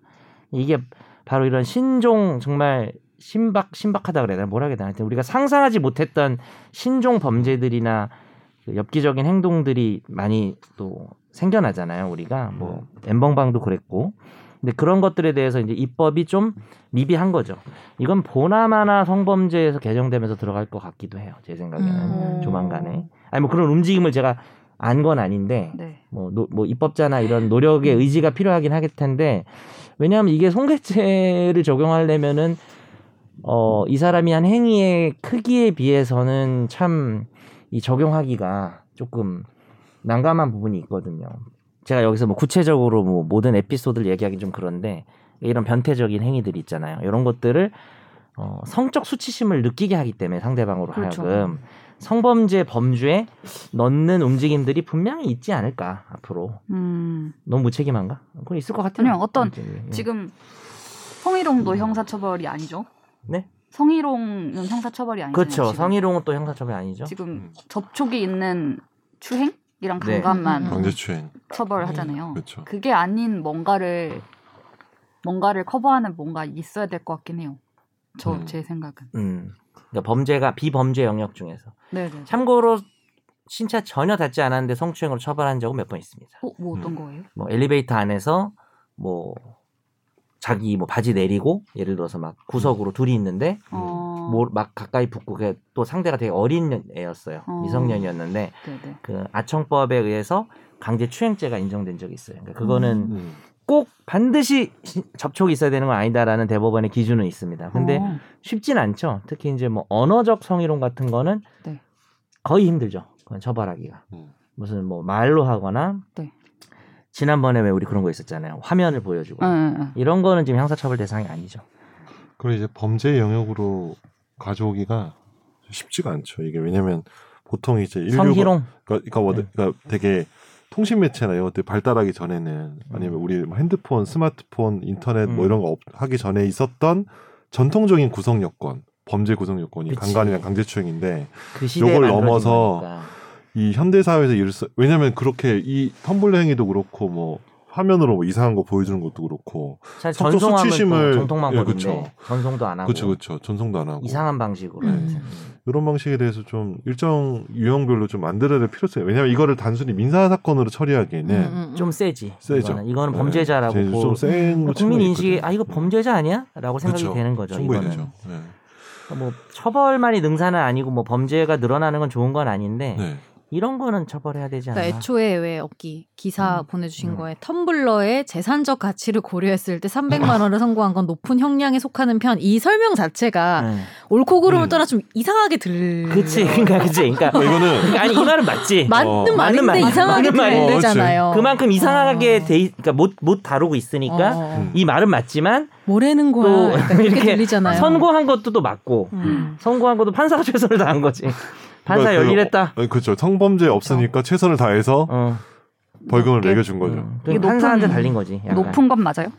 D: 이게 바로 이런 신종 정말 신박 신박하다 그래야 되나 뭐라 해야 되나 하여튼 우리가 상상하지 못했던 신종 범죄들이나 그 엽기적인 행동들이 많이 또 생겨나잖아요 우리가 뭐 엠벙방도 그랬고 근데 그런 것들에 대해서 이제 입법이 좀 미비한 거죠 이건 보나마나 성범죄에서 개정되면서 들어갈 것 같기도 해요 제 생각에는
C: 음.
D: 조만간에 아니 뭐 그런 움직임을 제가 안 건 아닌데
A: 네.
D: 뭐, 노- 뭐 입법자나 이런 노력의 의지가 필요하긴 하겠 텐데 왜냐하면 이게 손괴죄를 적용하려면은 어, 이 사람이 한 행위의 크기에 비해서는 참 이 적용하기가 조금 난감한 부분이 있거든요. 제가 여기서 뭐 구체적으로 뭐 모든 에피소드를 얘기하기 좀 그런데 이런 변태적인 행위들이 있잖아요. 이런 것들을 어, 성적 수치심을 느끼게 하기 때문에 상대방으로
A: 그렇죠.
D: 하여금 성범죄 범주에 넣는 움직임들이 분명히 있지 않을까 앞으로
A: 음.
D: 너무 무책임한가? 그건 있을 것 같아요.
A: 아니요, 어떤
D: 예.
A: 지금 성희롱도 형사처벌이 아니죠?
D: 네?
A: 성희롱은 형사처벌이 아니죠.
D: 그렇죠.
A: 지금.
D: 성희롱은 또 형사처벌이 아니죠.
B: 음,
A: 지금 접촉이 있는 추행이랑
D: 네.
A: 강간만
C: 음, 음, 음.
B: 강제추행.
A: 처벌하잖아요.
B: 그렇죠.
A: 그게 아닌
D: 음.
A: 뭔가를 뭔가를 커버하는 뭔가 있어야 될 것 같긴 해요. 저
B: 음.
A: 제 생각은.
D: 음. 그러니까 범죄가 비범죄 영역 중에서
A: 네, 네.
D: 참고로 신차 전혀 닿지 않았는데 성추행으로 처벌한 적은 몇 번 있습니다.
A: 어, 뭐 어떤
B: 음.
A: 거예요?
D: 뭐 엘리베이터 안에서 뭐 자기 뭐 바지 내리고 예를 들어서 막 구석으로 둘이 있는데
A: 어.
D: 뭐 막 가까이 붙고 그게 또 상대가 되게 어린 애였어요.
A: 어.
D: 미성년이었는데
A: 네, 네.
D: 그 아청법에 의해서 강제 추행죄가 인정된 적이 있어요. 그러니까 그거는
A: 음.
B: 음.
D: 꼭 반드시 시- 접촉이 있어야 되는 건 아니다라는 대법원의 기준은 있습니다. 근데
A: 어.
D: 쉽진 않죠. 특히 이제 뭐 언어적 성희롱 같은 거는
A: 네.
D: 거의 힘들죠. 그건 처벌하기가.
B: 음.
D: 무슨 뭐 말로 하거나
A: 네.
D: 지난번에 왜 우리 그런 거 있었잖아요. 화면을 보여주고
A: 응, 응, 응.
D: 이런 거는 지금 형사처벌 대상이 아니죠.
B: 그리고 이제 범죄 영역으로 가져오기가 쉽지가 않죠. 이게 왜냐면 보통 이제 일류
D: 성희롱
B: 그러니까, 뭐-
D: 네.
B: 그러니까 되게 통신 매체나 이런 것들 발달하기 전에는 아니면 우리 뭐 핸드폰, 스마트폰, 인터넷 뭐
D: 음.
B: 이런 거 없- 하기 전에 있었던 전통적인 구성 여건, 범죄 구성 여건이
D: 그치.
B: 강간이랑 강제추행인데
D: 그 시대에
B: 요걸
D: 만들어진
B: 넘어서
D: 거니까.
B: 이 현대 사회에서 이를 써- 왜냐면 그렇게 이 텀블러 행위도 그렇고 뭐 화면으로 뭐 이상한 거 보여주는 것도 그렇고
D: 사실
B: 속도
D: 전송하면
B: 수치심을-
D: 또 전통만
B: 예,
D: 거린
B: 그쵸.
D: 데 전송도 안 하고
B: 그렇죠, 그렇죠. 전송도 안 하고
D: 아, 뭐. 이상한 방식으로
C: 음.
D: 하여튼.
B: 이런 방식에 대해서 좀 일정 유형별로 좀 만들어야 될 필요성이 왜냐면 이거를 단순히 민사 사건으로 처리하기에는
C: 음, 음,
D: 네. 좀 세지
B: 세죠.
D: 이거는, 이거는
B: 네.
D: 범죄자라고
B: 제-
D: 보-
B: 좀 센.
D: 국민
B: 측면이
D: 인식이
B: 있거든요.
D: 아 이거 범죄자 아니야?라고 생각이
B: 그쵸.
D: 되는 거죠.
B: 그렇죠. 충분히
D: 이거는
B: 되죠. 네.
D: 뭐 처벌만이 능사는 아니고 뭐 범죄가 늘어나는 건 좋은 건 아닌데
B: 네.
D: 이런 거는 처벌해야 되지 않나?
C: 그러니까 애초에 왜 어기 기사
D: 음.
C: 보내주신
D: 음.
C: 거에 텀블러의 재산적 가치를 고려했을
D: 음.
C: 때 300만 원을 선고한 건 높은 형량에 속하는 편 이 설명 자체가
D: 네.
C: 옳고 그름을
B: 음.
C: 떠나 좀 이상하게 들. 어.
D: 그치, 그러니까 그치, 그러니까
B: 뭐 이거는
D: 아니 이 말은 맞지.
C: 맞는
B: 어,
C: 말인데
D: 맞는 말이야.
C: 이상하게
D: 맞는 말이야.
C: 들리잖아요.
D: 그만큼 이상하게
C: 어.
D: 돼, 있- 그러니까 못 못 다루고 있으니까
C: 어.
B: 음.
D: 이 말은 맞지만
C: 뭐라는 거야?
D: 또
C: 약간 이렇게
D: 이렇게
C: 들리잖아요.
D: 선고한 것도 또 맞고
C: 음.
D: 선고한 것도 판사가 최선을 다한 거지. 판사
B: 그러니까 그-
D: 열일했다. 그렇죠.
B: 어, 그렇죠. 성범죄 없으니까 최선을 다해서
D: 어,
B: 벌금을
A: 높게?
B: 매겨준 거죠.
D: 음.
A: 이게 높은-
D: 판사한테 달린 거지. 약간.
A: 높은 건 맞아요?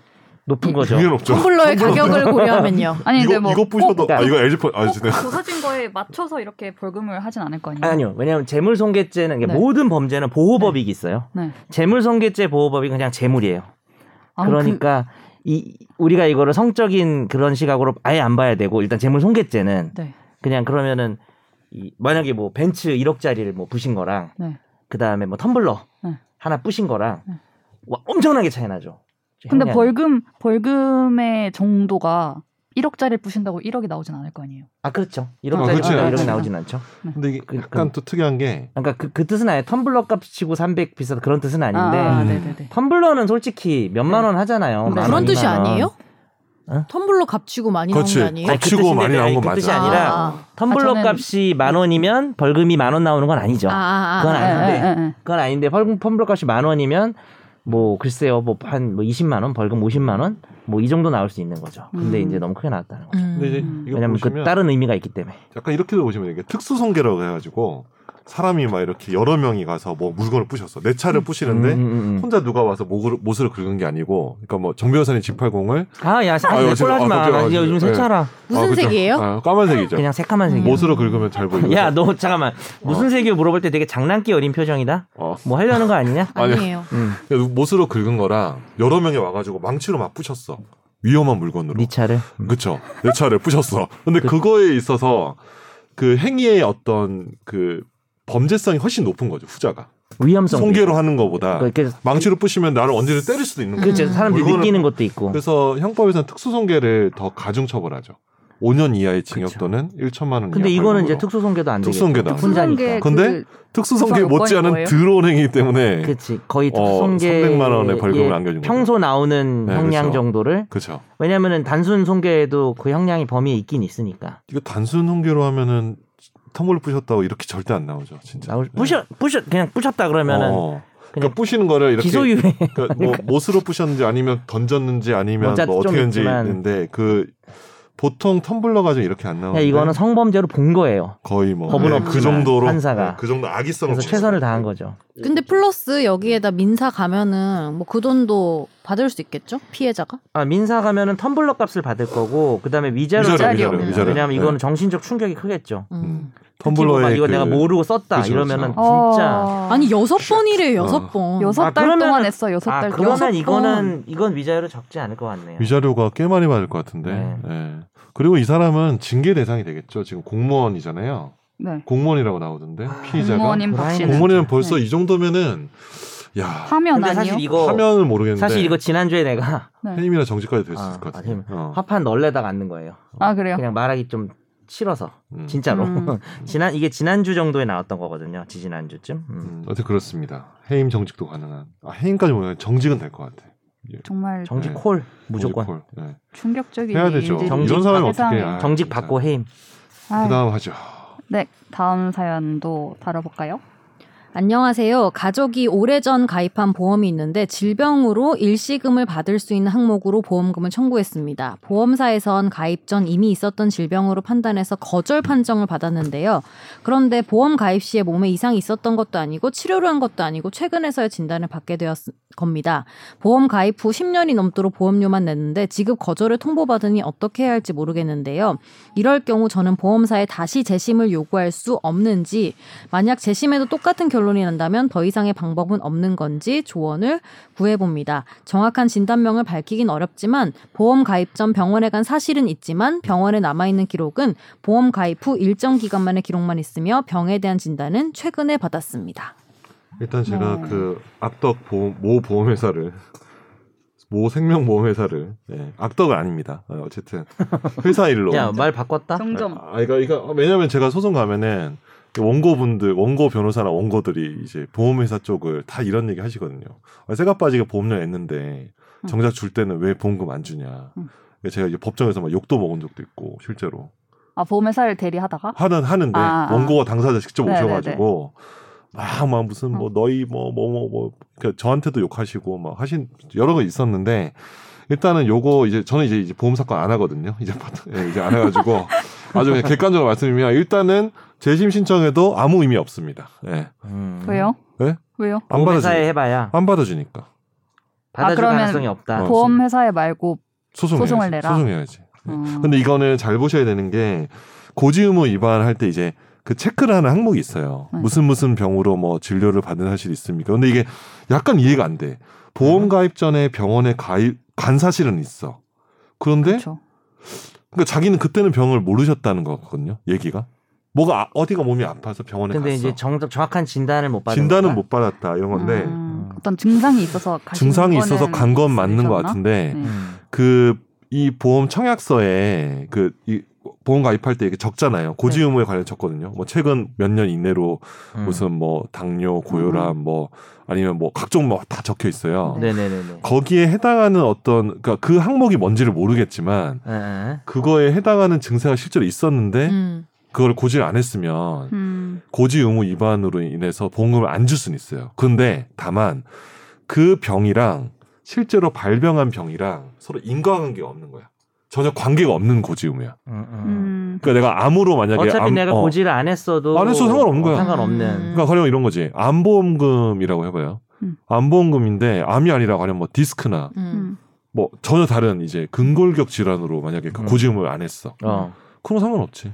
D: 높은 거죠.
B: 예. 그게 없죠.
C: 텀블러의 가격을 고려하면요.
A: 아니
B: 이거
A: 근데 뭐그
B: 이거 부셔도
D: 꼭-
B: 아 이거 LG폰 아 진짜
A: 조사진 거에 맞춰서 이렇게 벌금을 하진 않을 거 아니에요?
D: 아니요. 왜냐하면 재물손괴죄는 그러니까
A: 네.
D: 모든 범죄는 보호법익이 있어요.
A: 네.
D: 재물손괴죄 보호법이 그냥 재물이에요.
A: 아,
D: 그러니까 이 우리가 이거를 성적인 그런 시각으로 아예 안 봐야 되고 일단 재물손괴죄는
A: 그, 네.
D: 그냥 그러면은 이 만약에 뭐 벤츠 1억짜리를 뭐 부신 거랑
A: 네.
D: 그 다음에 뭐 텀블러
A: 네.
D: 하나 부신 거랑
A: 네.
D: 와, 엄청나게 차이 나죠.
A: 근데
D: 형량이.
A: 벌금 벌금의 정도가 1억짜리 부신다고 1억이 나오진 않을 거 아니에요.
D: 아 그렇죠.
B: 아,
D: 1억짜리
B: 그렇지.
D: 아, 1억
A: 아,
D: 나오진 않죠.
B: 근데 이게
D: 그러니까-
B: 약간 또 특이한 게
D: 그러니까 그, 그 뜻은 아예 텀블러 값치고 300 비싸다 그런 뜻은 아닌데
A: 아,
B: 음.
A: 네네네.
D: 텀블러는 솔직히 몇만 원 하잖아요.
A: 네.
D: 만 원,
C: 그런 뜻이
D: 이만 원.
C: 아니에요?
D: 어?
C: 텀블러 값치고 많이 나온
B: 그렇지.
C: 게 아니에요?
D: 아니, 음. 그
B: 거치고
D: 뜻인데
B: 많이 나온 건
D: 그 뜻이
B: 맞아.
D: 아니라
C: 아,
D: 텀블러
A: 아, 저는-
D: 값이 만 원이면 벌금이 만 원 나오는 건 아니죠.
C: 아, 아,
D: 그건
C: 아,
D: 아니에요.
A: 예, 예, 예.
D: 그건 아닌데 벌금 텀블러 값이 만 원이면 뭐 글쎄요 뭐 한 뭐 20만 원 벌금 50만 원 뭐 이 정도 나올 수 있는 거죠. 근데
A: 음.
D: 이제 너무 크게 나왔다는 거죠.
C: 음.
B: 근데 이제
A: 음.
B: 이거
D: 왜냐면 그
B: 보시면
D: 다른 의미가 있기 때문에.
B: 약간 이렇게도 보시면 이게 특수성계라고 해가지고 사람이 막 이렇게 여러 명이 가서 뭐 물건을 부셨어 내 차를 부시는데
D: 음, 음, 음.
B: 혼자 누가 와서 목을, 못을 긁은 게 아니고 그러니까 뭐 정 변호사님 G80을
D: 아, 야,
B: 아,
D: 사내
B: 요즘-
D: 꼴 하지
B: 아,
D: 마.
B: 갑자기-
D: 나
B: 아,
D: 이제 요즘
B: 네.
D: 세차라.
C: 무슨
B: 그죠.
C: 색이에요?
B: 아, 까만색이죠
D: 그냥 새까만 색이야.
B: 못으로 긁으면 잘 보이고
D: 야, 너 잠깐만. 무슨 색이요? 물어볼 때 되게 장난기 어린 표정이다.
B: 어.
D: 뭐 하려는 거 아니냐?
B: 아니요.
C: 아니에요.
D: 음.
B: 그러니까 못으로 긁은 거랑 여러 명이 와가지고 망치로 막 부셨어 위험한 물건으로
D: 네 차를.
B: 그쵸. 내 차를 부셨어. 근데 그거에 있어서 그 행위의 어떤 그 범죄성이 훨씬 높은 거죠, 후자가.
D: 위험성.
B: 손괴로 하는 거보다 망치로 부시면 나를 언제든 때릴 수도 있는
D: 그,
B: 거죠.
D: 그러니까 그렇죠. 사람들이
B: 물건을-
D: 느끼는 것도 있고.
B: 그래서 형법에서는 특수손괴를 더 가중 처벌하죠. 5년 이하의 징역
D: 그쵸.
B: 또는 1천만 원
D: 근데
B: 이하
D: 이거는
B: 벌금으로.
D: 이제 특수손괴도 안 되겠죠.
B: 특수손괴다.
A: 수상계
D: 혼자니까.
B: 근데
A: 그-
B: 특수손괴
A: 특수한
B: 못지않은
A: 요건이 뭐예요?
B: 드론 행위 때문에
D: 그렇지. 거의
B: 예. 어,
D: 특수손괴
B: 300만 원의 벌금을 안겨준 거죠.
D: 평소 나오는
B: 네,
D: 형량
B: 그렇죠.
D: 정도를
B: 그렇죠.
D: 왜냐면은 단순 손괴에도 그 형량이 범위에 있긴 있으니까.
B: 이거 단순 손괴로 하면은 텀블 부셨다고 이렇게 절대 안 나오죠, 진짜.
D: 나올-
B: 네.
D: 부셔 부셔 그냥 부셨다 그러면은
B: 어.
D: 그냥
B: 그러니까 부시는 거를 이렇게
D: 기소유예.
B: 그러니까 뭐 못으로 부셨는지 아니면 던졌는지 아니면
D: 모자
B: 뭐
D: 좀
B: 어떻게 했는지
D: 있지만.
B: 있는데 그 보통 텀블러 가지고 이렇게 안
D: 그냥
B: 나오는데
D: 이거는 성범죄로 본 거예요.
B: 거의 뭐
D: 법은
B: 그
D: 없지만
B: 정도로
D: 판사가.
B: 네, 그 정도 악의성을
D: 그래서 최선을 다한 거죠.
C: 근데 플러스 여기에다 민사 가면은 뭐 그 돈도 받을 수 있겠죠? 피해자가?
D: 아 민사 가면은 텀블러 값을 받을 거고 그다음에 위자료
B: 위자료,
D: 짜리
A: 위자료,
D: 없는.
A: 위자료.
D: 왜냐하면 이거는
B: 네.
D: 정신적 충격이 크겠죠.
C: 음.
D: 특히 뭐막
B: 텀블러에
D: 이거
B: 그-
D: 내가 모르고 썼다
B: 그죠,
D: 이러면은
B: 그죠.
A: 어,
D: 진짜
C: 아니 여섯 번이래요 여섯
B: 어.
C: 번.
A: 여섯
D: 아,
A: 달
D: 그러면은-
A: 동안 했어 여섯
D: 아
A: 달 동안.
D: 그러면
C: 여섯
D: 이거는 이건 위자료 적지 않을 것 같네요.
B: 위자료가 꽤 많이 받을 것 같은데
D: 네.
B: 예. 그리고 이 사람은 징계 대상이 되겠죠 지금 공무원이잖아요
A: 네.
B: 공무원이라고 나오던데 피의자가
A: 아, 공무원인
D: 브라인
A: 박씨는
D: 공무원-
B: 공무원이면 벌써
A: 네.
B: 이 정도면은 야
A: 화면
D: 근데
A: 아니요?
D: 사실 이거
B: 화면을 네. 모르겠는데
D: 사실 이거 지난주에 내가
A: 네.
B: 해임이나 정지까지 될 수
D: 아,
B: 있을 것
D: 아,
B: 같아요 어.
D: 화판 널레다 앉는 거예요.
A: 아 그래요?
B: 네,
D: 그냥 말하기 좀 싫어서
B: 음.
D: 진짜로
A: 음.
D: 지난 이게 지난주 정도에 나왔던 거거든요. 지지난 주쯤. 음.
B: 음, 어쨌든 그렇습니다. 해임 정직도 가능한. 아, 해임까지 못하면 정직은 될 것 같아.
A: 정말
D: 정직
B: 네.
D: 콜 무조건
B: 콜. 네.
A: 충격적인
B: 해야 되죠.
A: 일들이
D: 정직
B: 이런 사람이
A: 세상에.
B: 어떻게 그 해?
D: 정직
A: 아,
D: 받고 해임.
A: 아유.
B: 그다음 하죠.
A: 네, 다음 사연도 다뤄볼까요?
C: 안녕하세요. 가족이 오래전 가입한 보험이 있는데 질병으로 일시금을 받을 수 있는 항목으로 보험금을 청구했습니다. 보험사에선 가입 전 이미 있었던 질병으로 판단해서 거절 판정을 받았는데요. 그런데 보험 가입 시에 몸에 이상이 있었던 것도 아니고 치료를 한 것도 아니고 최근에서야 진단을 받게 되었 겁니다. 보험 가입 후 10년이 넘도록 보험료만 냈는데 지급 거절을 통보받으니 어떻게 해야 할지 모르겠는데요. 이럴 경우 저는 보험사에 다시 재심을 요구할 수 없는지 만약 재심에도 똑같은 결론이 난다면 더 이상의 방법은 없는 건지 조언을 구해봅니다. 정확한 진단명을 밝히긴 어렵지만 보험 가입 전 병원에 간 사실은 있지만 병원에 남아있는 기록은 보험 가입 후 일정 기간만의 기록만 있으며 병에 대한 진단은 최근에 받았습니다.
B: 일단 제가
A: 네.
B: 그 악덕 보험, 모 보험회사를 모 생명보험회사를 예, 악덕은 아닙니다. 어, 어쨌든 회사 일로.
D: 야 말 바꿨다.
A: 정정.
B: 아, 이거 이거 왜냐면 제가 소송 가면은 그 원고분들, 원고 변호사나 원고들이 이제 보험회사 쪽을 다 이런 얘기 하시거든요. 아, 새가 빠지게 보험료 냈는데 정작 줄 때는 왜 보험금 안 주냐.
A: 음.
B: 제가 이제 법정에서 막 욕도 먹은 적도 있고 실제로.
A: 아 보험회사를 대리하다가
B: 하는 하는데
A: 아, 아.
B: 원고가 당사자 직접
A: 네네네. 음.
B: 오셔가지고 막, 막 무슨 뭐 너희 뭐 뭐 뭐 뭐 그러니까 저한테도 욕하시고 막 하신 여러 거 있었는데 일단은 요거 이제 저는 이제, 이제 보험 사건 안 하거든요 이제 파트- 예, 이제 안 해가지고 아주 그냥 객관적으로 말씀드리면 일단은 재심 신청에도 아무 의미 없습니다. 예.
D: 음.
A: 왜요?
B: 네?
A: 왜요?
B: 안
D: 보험사에
B: 받아주
D: 해봐야
B: 안 받아주니까
D: 받아줄
A: 그러면
D: 가능성이 없다.
B: 어.
A: 보험회사에 말고
B: 소송해야지.
A: 소송을 내라.
B: 소송해야지. 예.
A: 음,
B: 근데 이거는 잘 보셔야 되는 게 고지 의무 위반할 때 이제 그 체크를 하는 항목이 있어요.
A: 네.
B: 무슨 무슨 병으로 뭐 진료를 받은 사실이 있습니까? 근데 이게 약간 이해가 안 돼.
A: 네.
B: 보험 가입 전에 병원에 가입 간 사실은 있어. 그런데
A: 그렇죠.
B: 그러니까 자기는 그때는 병을 모르셨다는 거거든요. 얘기가 뭐가 아- 어디가 몸이 아파서 병원에
D: 근데
B: 갔어.
D: 이제 정, 정확한 진단을 못 받는
B: 네, 진단은
D: 거야?
B: 못 받았다 이런 건데
A: 음, 어떤 증상이 있어서 가신
B: 어, 네. 증상이
A: 거는
B: 있어서 간 건 맞는 것
A: 있었나?
B: 같은데
A: 네.
D: 음.
B: 그 이 보험 청약서에 그 이 보험 가입할 때 이게 적잖아요. 고지 의무에 관련 적거든요. 뭐 최근 몇 년 이내로
D: 음.
B: 무슨 뭐 당뇨, 고혈압 뭐 아니면 뭐 각종 뭐 다 적혀 있어요.
A: 네.
D: 네네네네.
B: 거기에 해당하는 어떤 그러니까 그 항목이 뭔지를 모르겠지만
D: 예, 예.
B: 그거에 해당하는 증세가 실제로 있었는데
C: 음.
B: 그걸 고지를 안 했으면
A: 음,
B: 고지 의무 위반으로 인해서 보험금을 안 줄 수는 있어요. 근데 다만 그 병이랑 실제로 발병한 병이랑 서로 인과관계가 없는 거야. 전혀 관계가 없는 고지 의무야.
D: 음, 음.
A: 음,
B: 그러니까 내가 암으로 만약에
D: 어차피
B: 암-
D: 내가
B: 어,
D: 고지를 안 했어도
B: 안 했어도 상관없는 거야.
D: 상관없는.
C: 음.
B: 그러니까 가령 이런 거지. 암보험금이라고 해봐요.
A: 음.
B: 암보험금인데 암이 아니라 가령 뭐 디스크나
C: 음.
A: 음.
B: 뭐 전혀 다른 이제 근골격 질환으로 만약에 그
D: 음.
B: 고지 의무를 안 했어.
D: 어,
B: 그럼 상관없지.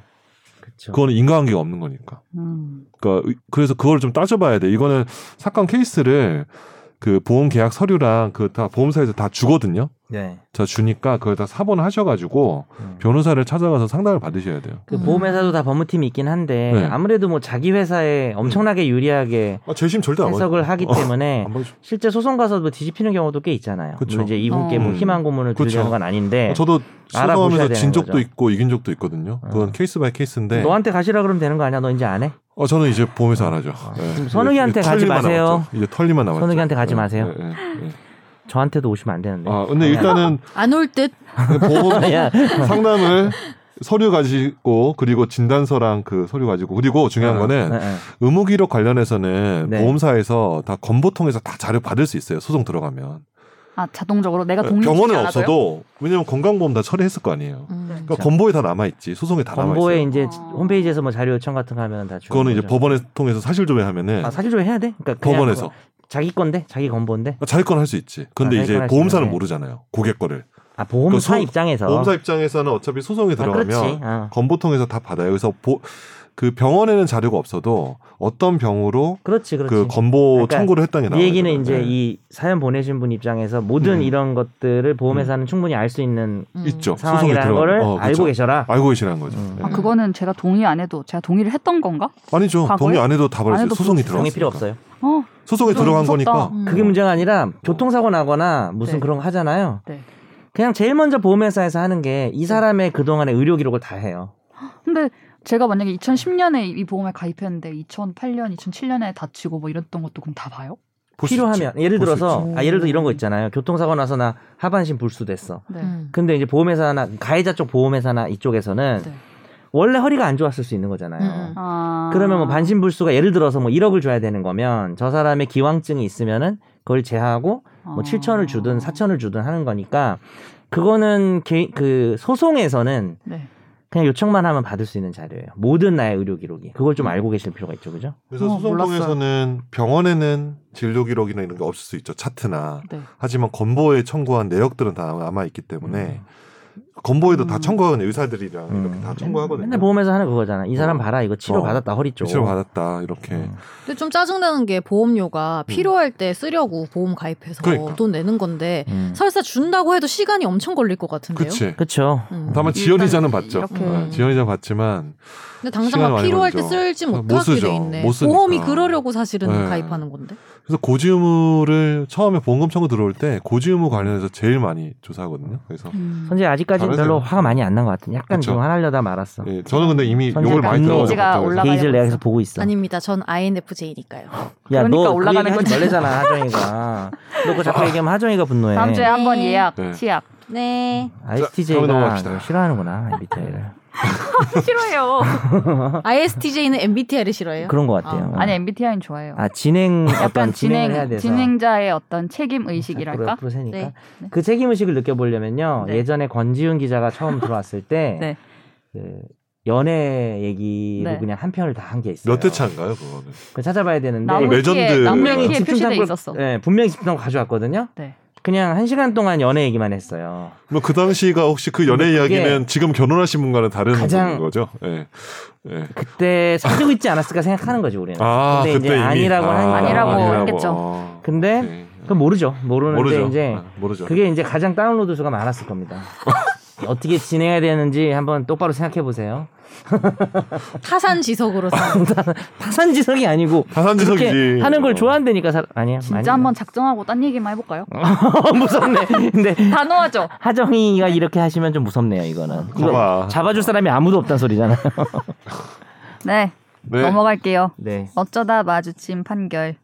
D: 그렇죠.
B: 그거는 인과관계가 없는 거니까.
A: 음.
B: 그러니까 의- 그래서 그걸 좀 따져봐야 돼. 이거는 사건 케이스를 그 보험 계약 서류랑 그 다 보험사에서 다 주거든요.
D: 네.
B: 자 주니까 그걸 다 사본을 하셔가지고
D: 음.
B: 변호사를 찾아가서 상담을 받으셔야 돼요.
D: 그
C: 음.
D: 보험회사도 다 법무팀이 있긴 한데
B: 네.
D: 아무래도 뭐 자기 회사에 엄청나게 유리하게
B: 아, 재심 절대 안 받-
D: 해석을 하기
B: 어,
D: 때문에
B: 안 받죠.
D: 실제 소송 가서 뭐 뒤집히는 경우도 꽤 있잖아요.
B: 그쵸.
D: 물론 이제 이분께 뭐
B: 음.
D: 희망 고문을
B: 그쵸. 어,
D: 들리는 건 아닌데
B: 저도
D: 알아보셔야
B: 소송하면서
D: 되는
B: 진 적도
D: 거죠.
B: 있고 이긴 적도 있거든요. 그건
D: 어.
B: 케이스 바이 케이스인데.
D: 너한테 가시라 그러면 되는 거 아니야? 너 이제 안 해?
B: 어, 저는 이제 보험에서 안 하죠. 예.
D: 아, 지금 선욱이한테
B: 이제
D: 가지
B: 털리만
D: 마세요.
B: 남았죠. 이제 털리만 남았죠.
D: 선욱이한테 가지
B: 예,
D: 마세요.
B: 예, 예, 예.
D: 저한테도 오시면 안 되는데.
B: 아, 근데 일단은
C: 안올 듯.
D: 네.
B: 보험
D: 야,
B: 상담을 서류 가지고 그리고 진단서랑 그 서류 가지고 그리고 중요한
D: 예,
B: 거는 아,
D: 예.
B: 의무 기록 관련해서는
D: 네.
B: 보험사에서 다 건보통해서 다 자료 받을 수 있어요. 소송 들어가면. 네.
A: 아 자동적으로 내가 동의
B: 병원은
A: 주지 않아도요?
B: 없어도 왜냐면 건강보험 다 처리했을 거 아니에요.
C: 음.
B: 그러니까 건보에 다 남아 있지. 소송에 다 남아
D: 건보에
B: 있어요.
D: 이제
A: 어.
D: 홈페이지에서 뭐 자료 요청 같은 거 하면 다 주는
B: 그거는 이제
D: 거죠.
B: 법원에 통해서 사실 조회하면은
D: 아, 사실 좀 해야 돼. 그러니까 그냥
B: 법원에서 그러니까
D: 자기 건데 자기 건보인데.
B: 자기 건 할 수 있지.
D: 아, 자기
B: 근데
D: 건
B: 이제
D: 할수
B: 보험사는
D: 있네.
B: 모르잖아요. 고객 거를.
D: 아 보험사
B: 그 소-
D: 입장에서.
B: 보험사 입장에서는 어차피 소송에
D: 아,
B: 들어가면
D: 그렇지. 아.
B: 건보통해서 다 받아요. 그래서 보, 그 병원에는 자료가 없어도 어떤 병으로
D: 그렇지 그렇지.
B: 그 건보
D: 그러니까
B: 청구를 했다는 게
D: 이
B: 나와요.
D: 얘기는 이제 이 사연 보내신 분 입장에서 모든
B: 음.
D: 이런 것들을 보험회사는 충분히 알 수 있는
C: 음.
B: 있죠. 소송에
D: 상황이라는
B: 들어
D: 거를
B: 어, 그렇죠.
D: 알고 계셔라.
B: 알고 계시는 거죠.
D: 음.
A: 아
B: 예.
A: 그거는 제가 동의 안 해도 제가 동의를 했던 건가?
B: 아니죠.
A: 과거에?
B: 동의 안 해도 다
A: 안
B: 받았어요.
A: 해도
B: 소송이 들어.
D: 정이 필요 없어요.
A: 어
B: 소송에
A: 좀
B: 들어간
A: 무섭다.
B: 거니까.
C: 음.
D: 그게 문제가 아니라 교통사고 나거나 무슨
A: 네.
D: 그런 거 하잖아요.
A: 네.
D: 그냥 제일 먼저 보험회사에서 하는 게 이 사람의 그동안의 의료 기록을 다 해요.
A: 근데 제가 만약에 2010년에 이 보험에 가입했는데 2008년, 2007년에 다치고 뭐 이랬던 것도 그럼 다 봐요?
B: 볼수
D: 필요하면 예를
B: 볼수
D: 들어서
A: 있지.
D: 아 예를 들어 이런 거 있잖아요. 교통사고 나서 나 하반신 불수됐어.
A: 네.
C: 음.
D: 근데 이제 보험회사나 가해자 쪽 보험회사나 이쪽에서는
A: 네.
D: 원래 허리가 안 좋았을 수 있는 거잖아요.
C: 음,
A: 아.
D: 그러면 뭐 반신불수가 예를 들어서 뭐 1억을 줘야 되는 거면 저 사람의 기왕증이 있으면은 그걸 제하고
A: 아.
D: 뭐
C: 아.
D: 7천을 주든 4천을 주든 하는 거니까 그거는 개, 그 소송에서는
A: 네.
D: 그냥 요청만 하면 받을 수 있는 자료예요. 모든 나의 의료 기록이. 그걸
B: 음.
D: 좀 알고 계실 필요가 있죠. 그죠?
B: 그래서
A: 어,
B: 소송
A: 몰랐어요.
B: 통해서는 병원에는 진료 기록이나 이런 게 없을 수 있죠. 차트나.
A: 네.
B: 하지만 건보에 청구한 내역들은 다 남아 있기 때문에 건보에도 다
A: 음.
B: 청구하는 의사들이랑
D: 음.
B: 이렇게 다 청구하거든요.
D: 맨날 보험에서 하는 그거잖아. 이 사람
B: 어.
D: 봐라. 이거 치료
B: 뭐, 네. 어.
D: 받았다. 허리 쪽.
B: 치료 받았다 이렇게
D: 음.
C: 근데 좀 짜증나는 게 보험료가 필요할 때 쓰려고 보험 가입해서
B: 그러니까.
C: 돈 내는 건데
D: 음.
C: 설사 준다고 해도 시간이 엄청 걸릴 것 같은데요.
B: 그치.
D: 그쵸.
C: 음.
B: 다만 지연이자는 받죠.
A: 이렇게.
B: 어, 지연이자 받지만
C: 근데 당장
B: 시간이
C: 막
B: 많이
C: 필요할 때
B: 걸리죠.
C: 쓸지
B: 못
C: 못하게
B: 쓰죠.
C: 돼 있네.
B: 못 쓰니까.
C: 보험이 그러려고 사실은
B: 네.
C: 가입하는 건데.
B: 그래서 고지 의무를 처음에 보험금 청구 들어올 때 고지 의무 관련해서 제일 많이 조사하거든요. 그래서
D: 음.
A: 음.
D: 선재 아직까지 는
B: 잘하세요.
D: 별로 화가 많이 안 난 것 같은. 약간
B: 그쵸.
D: 좀 화나려다 말았어.
B: 예, 저는 근데 이미
D: 선제가
B: 욕을 많이
D: 게이지가
B: 들어가지고
A: 올라가-
D: 게이지를 내가 계속
A: 올라가려고
D: 보고
B: 네.
D: 있어.
C: 아닙니다. 전 INFJ니까요.
D: 야,
A: 그러니까
D: 너
A: 올라가는
D: 그 얘기 하지
A: 거지.
D: 말래잖아, 하정이가. 너 그거
B: 아.
D: 자꾸 얘기하면 하정이가 분노해.
A: 다음 주에 한번
C: 네.
A: 예약,
B: 네.
A: 치약.
C: 네.
B: 자, 그럼
D: ISTJ가
B: 넘어갑시다.
D: 싫어하는구나, MBTI를.
A: 싫어요.
C: ISTJ는 MBTI를 싫어해요.
D: 그런 것 같아요.
A: 아니 MBTI는 좋아해요.
D: 아, 진행,
A: 약간
D: 어떤 진행을 해야
A: 진행
D: 돼서. 아,
A: 진행자의 어떤 책임 의식이랄까.
D: 앞으로 세니까.
C: 네.
D: 그 책임 의식을 느껴보려면요.
A: 네.
D: 예전에 권지윤 기자가 처음 들어왔을 때
A: 네.
D: 그 연애 얘기로
A: 네.
D: 그냥 한 편을 다 한 게 있어요.
B: 몇회 차인가요 그거는?
D: 그거 찾아봐야 되는데
A: 나무
B: 어, 레전드.
A: 키에- 나무
B: 분명히
A: 키에 표시돼
D: 네. 집중탐구를-
A: 있었어.
D: 네, 분명히 집중탐구 가져왔거든요.
A: 네.
D: 그냥 한 시간 동안 연애 얘기만 했어요.
B: 뭐그 당시가 혹시 그 연애
D: 근데 그게
B: 이야기는 지금 결혼하신 분과는 다른
D: 가장-
B: 거죠? 예. 예.
D: 그때 사귀고 있지 않았을까 생각하는 거지 우리는.
B: 아,
D: 근데 이제
B: 그때 이미
D: 아니라고
B: 아,
D: 하니까.
A: 아니라고
B: 아니라고.
A: 했겠죠.
B: 어.
D: 근데
B: 오케이.
D: 그건 모르죠. 모르는데
B: 모르죠.
D: 이제
B: 아, 모르죠.
D: 그게 이제 가장 다운로드 수가 많았을 겁니다. 어떻게 진행해야 되는지 한번 똑바로 생각해 보세요.
C: 타산 지석으로서
D: 타산지석이 아니고
B: 타산지석이지.
D: 그렇게 하는 걸
B: 어.
D: 좋아한다니까 사... 아니야.
A: 진짜 한번
D: 네.
A: 작정하고 딴 얘기만 해볼까요?
D: 어. 무섭네. 근데
A: 단호하죠.
D: 하정이가 이렇게 하시면 좀 무섭네요. 이거는
B: 봐봐.
D: 이거 잡아줄 사람이 아무도 없단 소리잖아요.
A: 네,
B: 네.
A: 넘어갈게요.
D: 네.
A: 어쩌다 마주친 판결.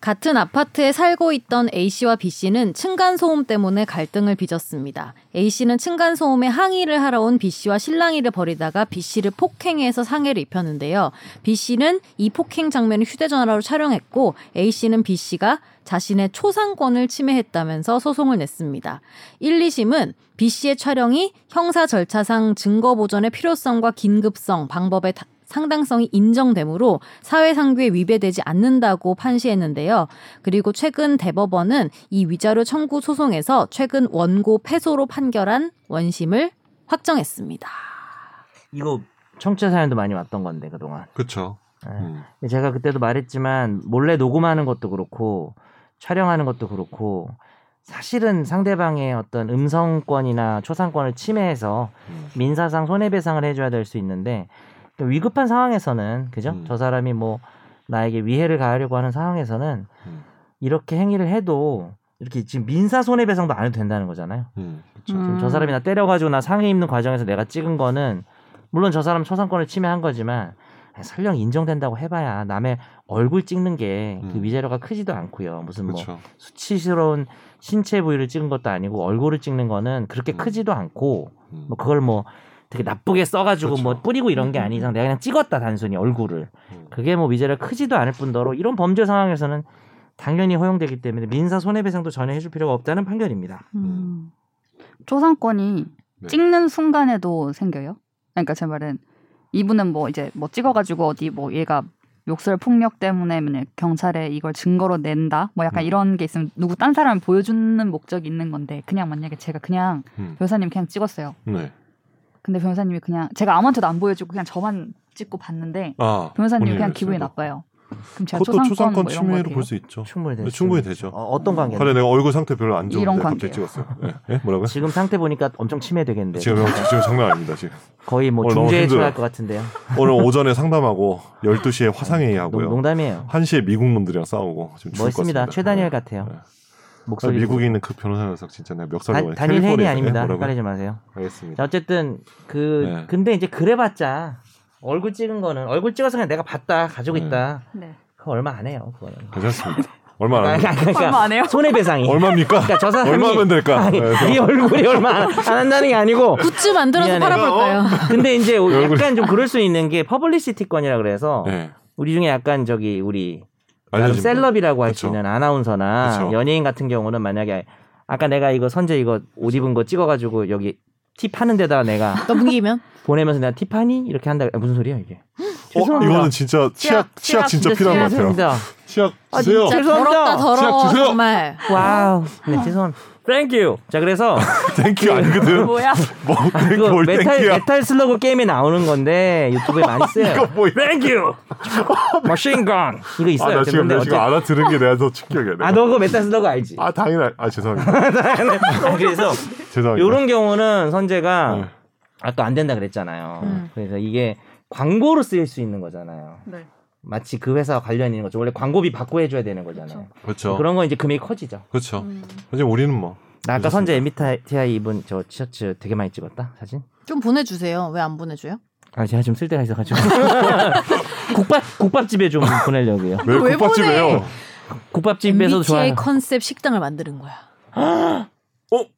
C: 같은 아파트에 살고 있던 A씨와 B씨는 층간소음 때문에 갈등을 빚었습니다. A씨는 층간소음에 항의를 하러 온 B씨와 실랑이를 벌이다가 B씨를 폭행해서 상해를 입혔는데요. B씨는 이 폭행 장면을 휴대전화로 촬영했고 A씨는 B씨가 자신의 초상권을 침해했다면서 소송을 냈습니다. 1, 2심은 B씨의 촬영이 형사 절차상 증거 보전의 필요성과 긴급성, 방법의 다- 상당성이 인정되므로 사회상규에 위배되지 않는다고 판시했는데요. 그리고 최근 대법원은 이 위자료 청구 소송에서 최근 원고 패소로 판결한 원심을 확정했습니다.
D: 이거 청취자 사연도 많이 왔던 건데 그동안.
B: 그렇죠.
D: 네. 근데 제가 그때도 말했지만 몰래 녹음하는 것도 그렇고 촬영하는 것도 그렇고 사실은 상대방의 어떤 음성권이나 초상권을 침해해서
B: 음,
D: 민사상 손해배상을 해줘야 될 수 있는데 또 위급한 상황에서는 그죠?
B: 음.
D: 저 사람이 뭐 나에게 위해를 가하려고 하는 상황에서는
B: 음.
D: 이렇게 행위를 해도 이렇게 지금 민사 손해배상도 안 해도 된다는 거잖아요. 지금 음. 저 사람이 나 때려가지고 나 상해 입는 과정에서 내가 찍은 거는 물론 저 사람 초상권을 침해한 거지만 아니, 설령 인정된다고 해봐야 남의 얼굴 찍는 게 그
B: 음.
D: 위자료가 크지도 않고요. 무슨 뭐
B: 그렇죠.
D: 수치스러운 신체 부위를 찍은 것도 아니고 얼굴을 찍는 거는 그렇게
B: 음.
D: 크지도 않고 뭐 그걸 뭐 되게 나쁘게 써가지고
B: 그쵸.
D: 뭐 뿌리고 이런 게 아닌 이상 내가 그냥 찍었다 단순히 얼굴을
B: 음.
D: 그게 뭐 위자료가 크지도 않을 뿐더러 이런 범죄 상황에서는 당연히 허용되기 때문에 민사 손해배상도 전혀 해줄 필요가 없다는 판결입니다.
B: 음.
A: 초상권이
B: 네.
A: 찍는 순간에도 생겨요. 그러니까 제 말은 이분은 뭐 이제 뭐 찍어가지고 어디 뭐 얘가 욕설 폭력 때문에 만약 경찰에 이걸 증거로 낸다 뭐 약간
B: 음.
A: 이런 게 있으면 누구 딴 사람 보여주는 목적이 있는 건데 그냥 만약에 제가 그냥
B: 음.
A: 변호사님 그냥 찍었어요.
B: 네.
A: 근데 변호사님이 그냥 제가 아무한테도 안 보여주고 그냥 저만 찍고 봤는데
B: 아,
A: 변호사님이
B: 본인이
A: 그냥 기분이
B: 그랬어요.
A: 나빠요. 그럼 제가
B: 그것도
A: 초상권, 뭐 이런
B: 초상권
A: 거
B: 침해로
A: 어떻게
B: 볼 수 있죠.
D: 충분히 되죠.
B: 네, 충분히 되죠.
D: 어, 떤 관계?
B: 그래 내가 얼굴 상태 별로 안
A: 이런
B: 좋은데 갑자기
A: 관계요.
B: 찍었어요. 예? 예? 뭐라고요?
D: 지금 상태 보니까 엄청 침해되겠는데.
B: 지금 지금 장난 아닙니다. 지금
D: 거의 뭐
B: 오늘 너무
D: 중재에
B: 힘들어요.
D: 처할 것 같은데요.
B: 오늘 오전에 상담하고 12시에 화상회의
D: 네. 농,
B: 하고요.
D: 농담이에요.
B: 1시에 미국 놈들이랑 싸우고 지금 죽을 것
D: 멋있습니다.
B: 같습니다.
D: 최다니엘
B: 예.
D: 같아요.
B: 네.
D: 목소리.
B: 미국에 있는 그 변호사 녀석 진짜 내가
D: 다,
B: 멱살로
D: 단일 헨이
B: 캘리포니아
D: 아닙니다.
B: 뭐라고요?
D: 헷갈리지 마세요. 자,
B: 알겠습니다.
D: 어쨌든 그
B: 네.
D: 근데 이제 그래봤자 얼굴 찍은 거는 얼굴 찍어서 그냥 내가 봤다 가지고
B: 네.
D: 있다.
A: 네.
D: 그거 얼마 안 해요. 그거는.
B: 괜찮습니다. 얼마 안
D: 아니,
B: 합니다.
D: 아니, 그러니까
A: 네. 얼마 안 해요?
D: 손해배상이.
B: 얼마입니까?
D: 그러니까 저 사람이
B: 얼마 하면 될까?
D: 아니,
B: 네,
D: 네 얼굴이 얼마 안, 안 한다는 게 아니고
C: 굿즈 만들어서
D: 미안해.
C: 팔아볼까요?
D: 근데 이제
B: 얼굴이-
D: 약간 좀 그럴 수 있는 게 퍼블리시티권이라 그래서
B: 네.
D: 우리 중에 약간 저기 우리
B: 알려주신
D: 셀럽이라고 할
B: 그쵸.
D: 수 있는 아나운서나
B: 그쵸.
D: 연예인 같은 경우는 만약에 아까 내가 이거 선재 이거 옷 입은 거 찍어가지고 여기 팁 하는 데다 내가
C: 넘기면?
D: 보내면서 내가 팁하니 이렇게 한다 아, 무슨 소리야 이게
B: 분. 어,
D: 죄송합니다.
B: 이거는 진짜
A: 치약,
B: 치약, 치약 진짜
A: 치약
B: 필요한 것 같아요.
D: 죄송합니다
B: 치약
D: 아,
B: 주세요.
D: 진짜.
C: 진짜
D: 죄송합니다.
C: 더럽다 더러워
B: 치약 주세요.
C: 정말.
D: 와우 네 죄송합니다 땡큐 자 그래서
B: 땡큐 아니거든.
A: 뭐야?
B: 뭐 땡큐
D: 이거
B: 뭘
D: 메탈
B: 땡큐야.
D: 메탈 슬러그 게임에 나오는 건데 유튜브에 많이 쓰여요
B: 뭐 이거.
D: 땡큐 머신건 이거
B: 아,
D: 있어요
B: 나 지금
D: 근데
B: 나
D: 어쨌든-
B: 지금 알아들은 게 내가 더 충격이야. 내가.
D: 아, 너 그거 메탈 슬러그 알지?
B: 아 당연히 아 죄송합니다.
D: 아, 그래서
B: 죄송합니다.
D: 요런 경우는 선재가
B: 네.
D: 아까 안 된다 그랬잖아요.
C: 음.
D: 그래서 이게 광고로 쓰일 수 있는 거잖아요.
A: 네.
D: 마치 그 회사와 관련 있는 거죠. 원래 광고비 받고 해줘야 되는 거잖아요.
B: 그렇죠.
D: 그런 건 이제 금액이 커지죠.
B: 그렇죠.
C: 음.
B: 사실 우리는 뭐
D: 나 아까
B: 그렇습니다.
D: 선재 MBTI 입은 저 티셔츠 되게 많이 찍었다 사진.
C: 좀 보내주세요. 왜 안 보내줘요?
D: 아 제가 좀 쓸 데가 있어가지고 국밥 국밥집에 좀 보내려고요.
B: 왜
C: 왜
B: 국밥집에요?
D: 국밥집에서
C: MBTI
D: 좋아요.
C: 컨셉 식당을 만드는 거야.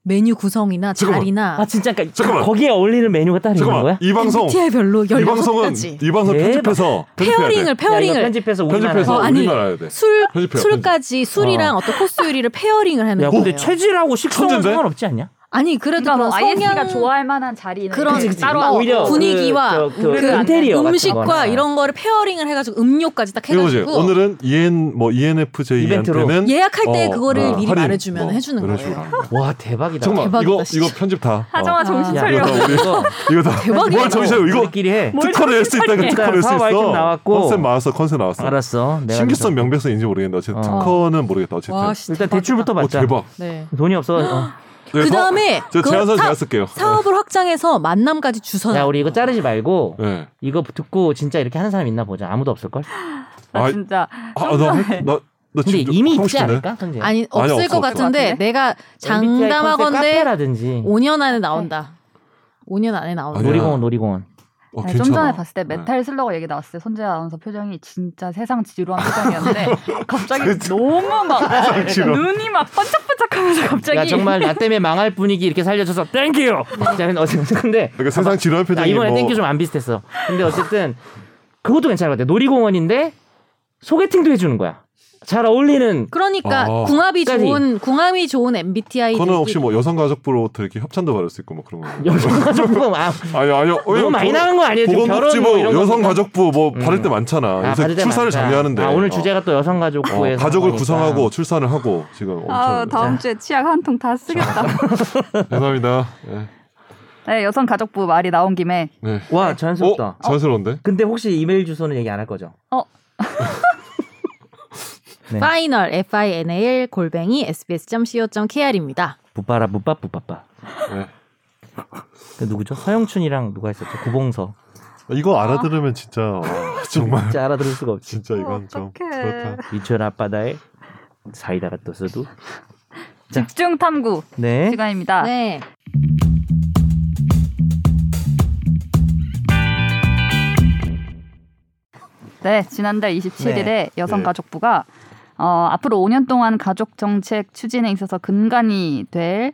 C: 메뉴 구성이나
B: 어? 잠깐만.
C: 자리나
D: 아 진짜 그러니까
B: 잠깐만.
D: 거기에 어울리는 메뉴가 따로 있는
B: 잠깐만
D: 거야?
B: 이 방송
C: MBTI 별로
B: 이
C: 열여섯
B: 방송은
C: 가지.
B: 이 방송
D: 대박.
B: 편집해서 편집해야 돼.
C: 페어링을
D: 야, 이거
C: 페어링을
D: 편집해서 우리나라
B: 편집해서
C: 어, 아니.
B: 우리나라야 돼.
C: 술
B: 네. 편집해요, 아.
C: 술까지 술이랑 어. 떤 코스 요리를 페어링을 하는
D: 야
C: 거예요.
D: 근데 체질하고 식성은
B: 천재인데?
D: 상관없지 않냐?
C: 아니 그래도
A: 그러니까 뭐
C: 그런
A: IS가
C: 성향
A: 좋아할 만한 자리는 뭐
C: 그런
A: 이렇게
C: 그치,
A: 따로
C: 어,
A: 하고.
C: 분위기 분위기와
D: 그, 그,
A: 그
D: 인테리어 같은 거나.
C: 음식과 이런 거를 페어링을 해가지고 음료까지 딱
B: 이거지.
C: 해가지고
B: 오늘은 EN 뭐 ENFJ한테는 어,
C: 예약할 때 그거를 미리
B: 할인,
C: 말해주면 해주는
B: 이런
C: 거예요.
B: 식으로 하는 거야.
D: 와 대박이다.
B: 정말
C: 대박이다,
B: 이거
C: 진짜.
B: 이거 편집 다.
A: 하정아
B: 어.
A: 정신
D: 야,
A: 차려.
B: 이거 다 우리 이거 다.
C: 대박이다.
B: 뭘 정신차려 이거
D: 우리끼리 해.
A: 뭘
B: 특허를 낼수 있다. 이거
A: 정신
B: 특허 낼수
D: 차리게.
B: 있어.
D: 나왔고.
B: 컨셉 나왔어. 컨셉 나왔어.
D: 알았어. 내가
B: 신규성
D: 좀-
B: 명백성인지 모르겠는데 어쨌든
D: 어.
B: 특허는 모르겠다. 어쨌든.
C: 와, 씨,
D: 일단
C: 대박이다.
D: 대출부터
B: 오,
D: 받자.
B: 대박.
C: 네.
D: 돈이 없어. 어.
B: 네,
C: 그 다음에
B: 저
C: 그
B: 제안서
C: 사-
B: 제가 쓸게요.
C: 사업을 확장해서 만남까지 주선.
D: 야 우리 이거 자르지 말고
B: 네.
D: 이거 듣고 진짜 이렇게 하는 사람 있나 보자. 아무도 없을 걸.
A: 나
B: 아,
A: 진짜
B: 아, 나, 할- 나, 나
D: 근데
B: 지금 네? 좀
D: 이미
B: 하고
D: 있지
B: 싶은데?
D: 않을까? 선재.
C: 아니
B: 아니,
C: 없을
B: 없어, 없어.
C: 것 같은데
A: 없어.
C: 내가
D: MBTI 컨셉
C: 장담하건데
D: 카페라든지
C: 5년 안에 나온다. 5년 안에 나온다.
B: 네. 아니야.
D: 놀이공원 놀이공원.
B: 어,
A: 아니,
B: 괜찮아.
A: 좀 전에 봤을 때
B: 네.
A: 메탈 슬러거 얘기 나왔을 때 손재 아나운서 표정이 진짜 세상 지루한 표정이었는데 갑자기 너무 막
B: 아, 지루.
A: 눈이 막 반짝반짝하면서 갑자기
D: 야 정말 나 때문에 망할 분위기 이렇게 살려줘서 땡큐.
C: 네.
D: 자 근데 어쨌든 근데
B: 그러니까 세상 지루한
D: 아,
B: 표정이
D: 이번에
B: 뭐
D: 땡큐 좀 안 비슷했어. 근데 어쨌든 그것도 괜찮을 것 같아. 놀이공원인데 소개팅도 해주는 거야. 잘 어울리는
C: 그러니까
B: 아.
C: 궁합이
D: 끝까지.
C: 좋은 궁합이 좋은 MBTI.
B: 그거는 혹시 뭐 여성가족부로부터 이렇게 협찬도 받을 수 있고 뭐 그런 거.
D: 여성가족부 아,
B: 아니요, 아니요. 뭐
D: 너무 많이 나간 거 아니에요? 지금 결혼 뭐
B: 보건복지부
D: 이런
B: 여성가족부 뭐
D: 음.
B: 받을 때 많잖아.
D: 거니까. 아,
B: 요새
D: 받을 때
B: 출산을
D: 많다.
B: 장려하는데.
D: 아, 오늘
B: 어.
D: 주제가 또
B: 어,
D: 여성가족부에서
B: 가족을
D: 하니까.
B: 구성하고 출산을 하고 지금 엄청.
A: 아 다음 주에 치약 한 통 다 쓰겠다.
B: 죄송합니다. 네.
A: 네, 여성 가족부 말이 나온 김에
B: 네.
D: 와 자연스럽다.
B: 어, 자연스러운데?
D: 근데 혹시 이메일 주소는 얘기 안 할 거죠?
A: 어,
D: 네.
C: 파이널 F I N A L 골뱅이 sbs.co.kr입니다.
D: 부빠라 부빠 부빠빠.
B: 네.
D: 그 누구죠? 서영춘이랑 누가 있었죠? 구봉서.
B: 이거 알아들으면 진짜 와, 정말
D: 진짜 알아들을 수가 없지.
B: 진짜 이건 좀
A: 어떡해.
B: 그렇다.
D: 이천 앞바다에 사이다가 떠서도. 자.
A: 집중 탐구
D: 네.
A: 시간입니다.
C: 네.
A: 네, 지난달 27일에
D: 네.
A: 여성가족부가 어, 앞으로 5년 동안 가족 정책 추진에 있어서 근간이 될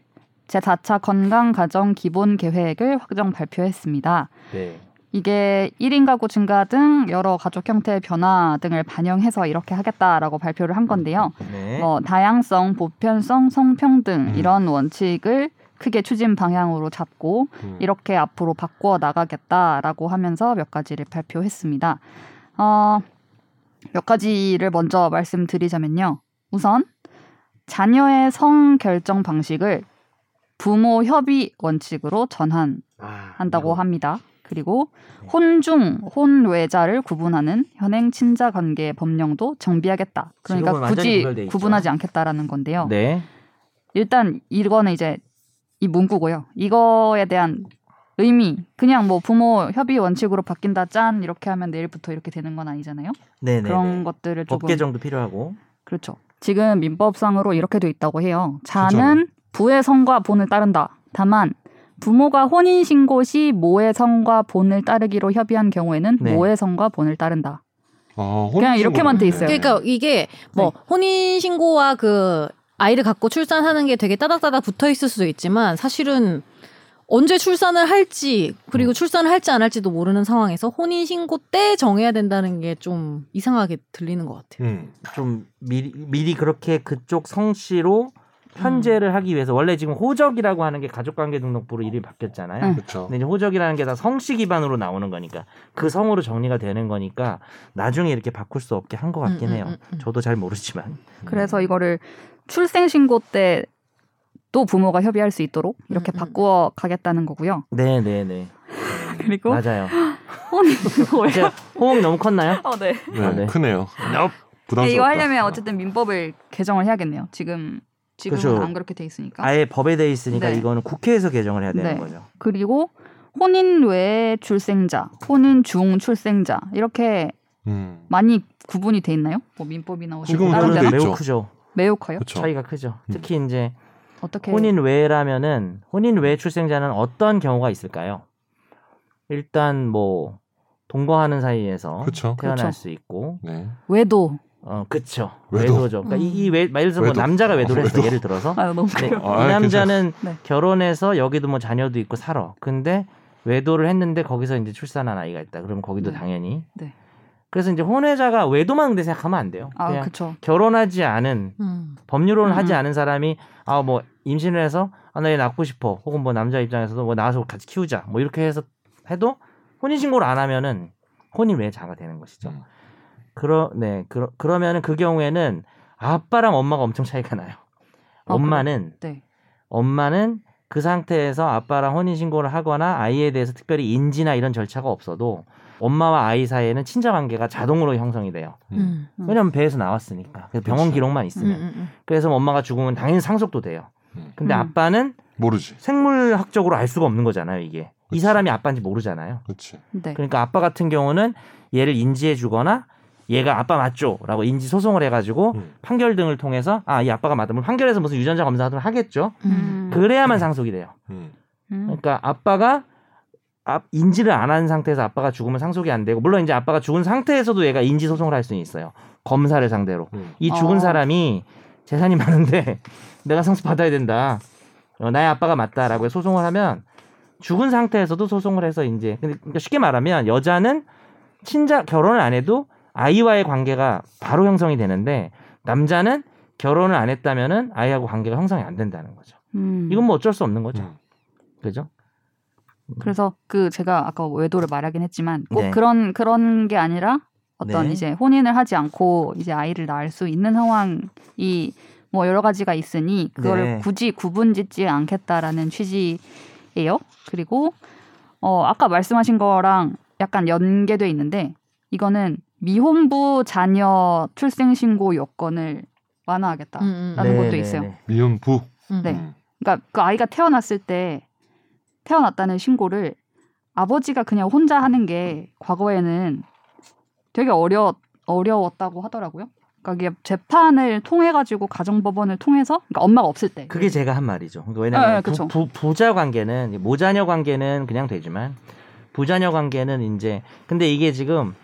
A: 제4차 건강가정 기본 계획을 확정 발표했습니다.
D: 네.
A: 이게 1인 가구 증가 등 여러 가족 형태의 변화 등을 반영해서 이렇게 하겠다라고 발표를 한 건데요.
D: 네.
A: 뭐 다양성, 보편성, 성평등 이런 원칙을 크게 추진 방향으로 잡고
B: 음.
A: 이렇게 앞으로 바꾸어 나가겠다라고 하면서 몇 가지를 발표했습니다. 어, 몇 가지를 먼저 말씀드리자면요. 우선 자녀의 성 결정 방식을 부모 협의 원칙으로 전환한다고
D: 아,
A: 합니다. 그리고
D: 네.
A: 혼중, 혼외자를 구분하는 현행 친자 관계 법령도 정비하겠다.
D: 지금은
A: 그러니까
D: 완전히
A: 굳이
D: 구별돼 있죠.
A: 구분하지 않겠다라는 건데요.
D: 네.
A: 일단 이거는 이제 이 문구고요. 이거에 대한 의미 그냥 뭐 부모 협의 원칙으로 바뀐다 짠 이렇게 하면 내일부터 이렇게 되는 건 아니잖아요.
D: 네.
A: 그런 것들을
D: 법
A: 조금
D: 개정도 필요하고.
A: 그렇죠. 지금 민법상으로 이렇게 돼 있다고 해요.
B: 진짜로?
A: 자는
D: 그렇죠.
A: 부의 성과 본을 따른다. 다만 부모가 혼인 신고 시 모의 성과 본을 따르기로 협의한 경우에는
D: 네.
A: 모의 성과 본을 따른다.
B: 아,
A: 그냥 이렇게만 돼 있어요.
B: 혼인신고네.
C: 그러니까 이게 뭐 혼인 신고와 그 아이를 갖고 출산하는 게 되게 따닥따닥 붙어 있을 수도 있지만 사실은 언제 출산을 할지 그리고 출산을 할지 안 할지도 모르는 상황에서 혼인 신고 때 정해야 된다는 게 좀 이상하게 들리는 것 같아요.
B: 음.
D: 좀 미리, 미리 그렇게 그쪽 성씨로 편제를 하기 위해서 원래 지금 호적이라고 하는 게 가족관계 등록부로 이름이 바뀌었잖아요.
A: 응.
B: 그렇죠.
D: 근데 이제 호적이라는 게 다 성씨 기반으로 나오는 거니까 그 성으로 정리가 되는 거니까 나중에 이렇게 바꿀 수 없게 한 것 같긴
C: 음, 음,
D: 해요.
C: 음, 음.
D: 저도 잘 모르지만. 음.
A: 그래서 이거를 출생신고 때 또 부모가 협의할 수 있도록 이렇게
C: 음, 음.
A: 바꾸어 가겠다는 거고요.
D: 네, 네, 네.
A: 그리고
D: 맞아요.
A: 혼인 뭐예요?
D: 이제 호응 너무 컸나요?
A: 어, 네.
B: 네,
D: 아, 네.
B: 크네요. 부담스럽다.
A: 근데 네, 이거 하려면 어쨌든 민법을 개정을 해야겠네요. 지금 지금은
D: 그렇죠.
A: 안 그렇게 돼 있으니까.
D: 아예 법에 돼 있으니까
A: 네.
D: 이거는 국회에서 개정을 해야 되는
A: 네.
D: 거죠.
A: 그리고 혼인 외 출생자, 혼인 중 출생자 이렇게
B: 음.
A: 많이 구분이 돼 있나요? 뭐 민법이나 어디
B: 지금은
A: 다른
B: 그렇게
A: 데나
B: 돼 있죠.
D: 매우 크죠.
A: 매우 커요.
B: 그렇죠.
D: 차이가 크죠. 특히 이제
A: 어떻게
D: 혼인 외라면은 혼인 외 출생자는 어떤 경우가 있을까요? 일단 뭐 동거하는 사이에서
B: 그렇죠.
D: 태어날
A: 그쵸.
D: 수 있고
B: 네.
A: 외도
D: 어 그쵸
B: 외도.
D: 외도죠. 그러니까 이, 이 외, 예를 들어 뭐
B: 외도.
D: 남자가 외도를
B: 어,
D: 했어
B: 외도.
D: 예를 들어서
A: 음. 아 너무
D: 네,
A: 커요.
B: 아,
D: 이
A: 괜찮아요.
D: 남자는
A: 네.
D: 결혼해서 여기도 뭐 자녀도 있고 살아. 근데 외도를 했는데 거기서 이제 출산한 아이가 있다. 그러면 거기도
A: 네.
D: 당연히.
A: 네.
D: 그래서 이제 혼외자가 외도만 근데 생각하면 안 돼요.
A: 아
D: 그냥
A: 그렇죠.
D: 결혼하지 않은
C: 음.
D: 법률혼을
A: 음.
D: 하지 않은 사람이 아 뭐 임신을 해서 아나얘 낳고 싶어 혹은 뭐 남자 입장에서도 뭐 낳아서 같이 키우자 뭐 이렇게 해서 해도 혼인신고를 안 하면은 혼인 외자가 되는 것이죠.
B: 음.
D: 그러 네 그러, 그러면은 그 경우에는 아빠랑 엄마가 엄청 차이가 나요.
A: 아,
D: 엄마는
A: 네.
D: 엄마는 그 상태에서 아빠랑 혼인 신고를 하거나 아이에 대해서 특별히 인지나 이런 절차가 없어도 엄마와 아이 사이에는 친자 관계가 자동으로 형성이 돼요.
B: 음.
C: 음.
A: 음.
D: 왜냐면 배에서 나왔으니까. 그래서 병원
B: 그렇죠.
D: 기록만
C: 음,
D: 있으면.
C: 음,
D: 그래서 엄마가 죽으면 당연히 상속도 돼요.
B: 음.
D: 근데
A: 음.
D: 아빠는
B: 모르지.
D: 생물학적으로 알 수가 없는 거잖아요, 이게. 이
B: 그치.
D: 사람이 아빠인지 모르잖아요.
B: 그렇지.
A: 네.
D: 그러니까 아빠 같은 경우는 얘를 인지해 주거나 얘가 아빠 맞죠라고 인지 소송을 해 가지고
B: 음.
D: 판결 등을 통해서 아, 이 아빠가 맞다. 뭐 판결에서 무슨 유전자 검사 하든 하겠죠.
C: 음.
D: 그래야만 상속이 돼요.
B: 음.
A: 음.
D: 그러니까 아빠가 앞- 인지를 안 한 상태에서 아빠가 죽으면 상속이 안 되고 물론 이제 아빠가 죽은 상태에서도 얘가 인지 소송을 할 수는 있어요. 검사를 상대로
B: 음.
D: 이 죽은
A: 어.
D: 사람이 재산이 많은데 내가 상속 받아야 된다. 어, 나의 아빠가 맞다라고 해서 소송을 하면 죽은 상태에서도 소송을 해서 이제 근데 그러니까 쉽게 말하면 여자는 친자 결혼을 안 해도 아이와의 관계가 바로 형성이 되는데 남자는 결혼을 안 했다면은 아이하고 관계가 형성이 안 된다는 거죠.
A: 음.
D: 이건 뭐 어쩔 수 없는 거죠.
B: 음.
D: 그죠?
A: 그래서 그 제가 아까 외도를 말하긴 했지만 꼭
D: 음. 네.
A: 그런 그런 게 아니라 어떤
D: 네.
A: 이제 혼인을 하지 않고 이제 아이를 낳을 수 있는 상황이 뭐 여러 가지가 있으니 그거를
D: 네.
A: 굳이 구분짓지 않겠다라는 취지예요. 그리고 어 아까 말씀하신 거랑 약간 연계돼 있는데 이거는 미혼부 자녀 출생 신고 요건을 완화하겠다.
C: 음, 음,
A: 라는 것도 있어요.
B: 미혼부.
C: 음.
A: 아, 네.
B: 음.
A: 그러니까 그 아이가 태어났을 때 태어났다는 신고를 아버지가 그냥 혼자 하는 게 과거에는 되게 어려 어려웠다고 하더라고요. 그러니까 이게 재판을 통해 가지고 가정법원을 통해서 그러니까 엄마가 없을 때
D: 그게 제가 한 말이죠. 그러니까
A: 예,
D: 왜냐하면
A: 예, 그쵸.
D: 부, 자 관계는 모자녀 관계는 그냥 되지만 부자녀 관계는 이제 근데 이게 지금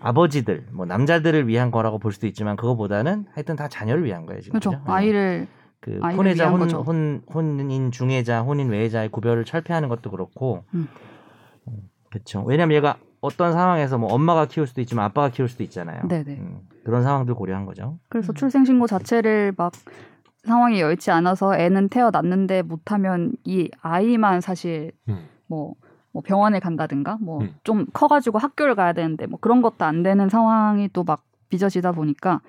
D: 아버지들 뭐 남자들을 위한 거라고 볼 수도 있지만 그거보다는 하여튼 다 자녀를 위한 거예요 지금.
A: 그렇죠.
D: 그죠? 네.
A: 아이를
D: 그
A: 아이를
D: 혼외자
A: 위한
D: 혼,
A: 거죠.
D: 혼 혼인 중애자 혼인 외애자의 구별을 철폐하는 것도 그렇고
A: 음.
D: 그렇죠. 왜냐하면 얘가 어떤 상황에서 뭐 엄마가 키울 수도 있지만 아빠가 키울 수도 있잖아요.
A: 네네.
D: 음, 그런 상황들 고려한 거죠.
A: 그래서
C: 음.
A: 출생신고 자체를 막 상황이 여의치 않아서 애는 태어났는데 못하면 이 아이만 사실
B: 음.
A: 뭐, 뭐 병원에 간다든가 뭐
B: 음.
A: 좀 커가지고 학교를 가야 되는데 뭐 그런 것도 안 되는 상황이 또 막 빚어지다 보니까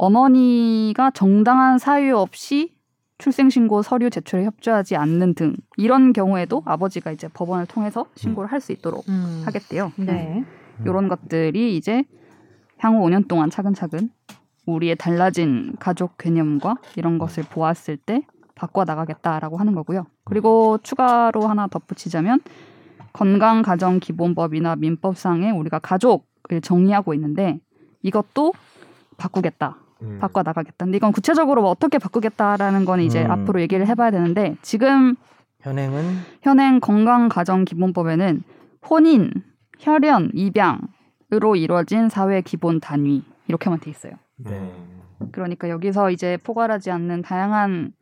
A: 어머니가 정당한 사유 없이 출생신고 서류 제출에 협조하지 않는 등 이런 경우에도 아버지가 이제 법원을 통해서 신고를 할 수 있도록
C: 음.
A: 하겠대요.
C: 네.
A: 이런 것들이 이제 향후 5년 동안 차근차근 우리의 달라진 가족 개념과 이런 것을 보았을 때 바꿔 나가겠다라고 하는 거고요. 그리고 추가로 하나 덧붙이자면 건강 가정 기본법이나 민법상에 우리가 가족을 정의하고 있는데 이것도 바꾸겠다.
B: 음.
A: 바꿔 나가겠다. 근데 이건 구체적으로 뭐 어떻게 바꾸겠다라는 건 이제
D: 음.
A: 앞으로 얘기를 해봐야 되는데 지금
D: 현행은
A: 현행 건강가정기본법에는 혼인, 혈연, 입양, 으로 이루어진 사회 기본 단위 이렇게만 돼 있어요.
D: 네.
B: 음.
A: 그러니까 여기서 이제 포괄하지 않는 다양한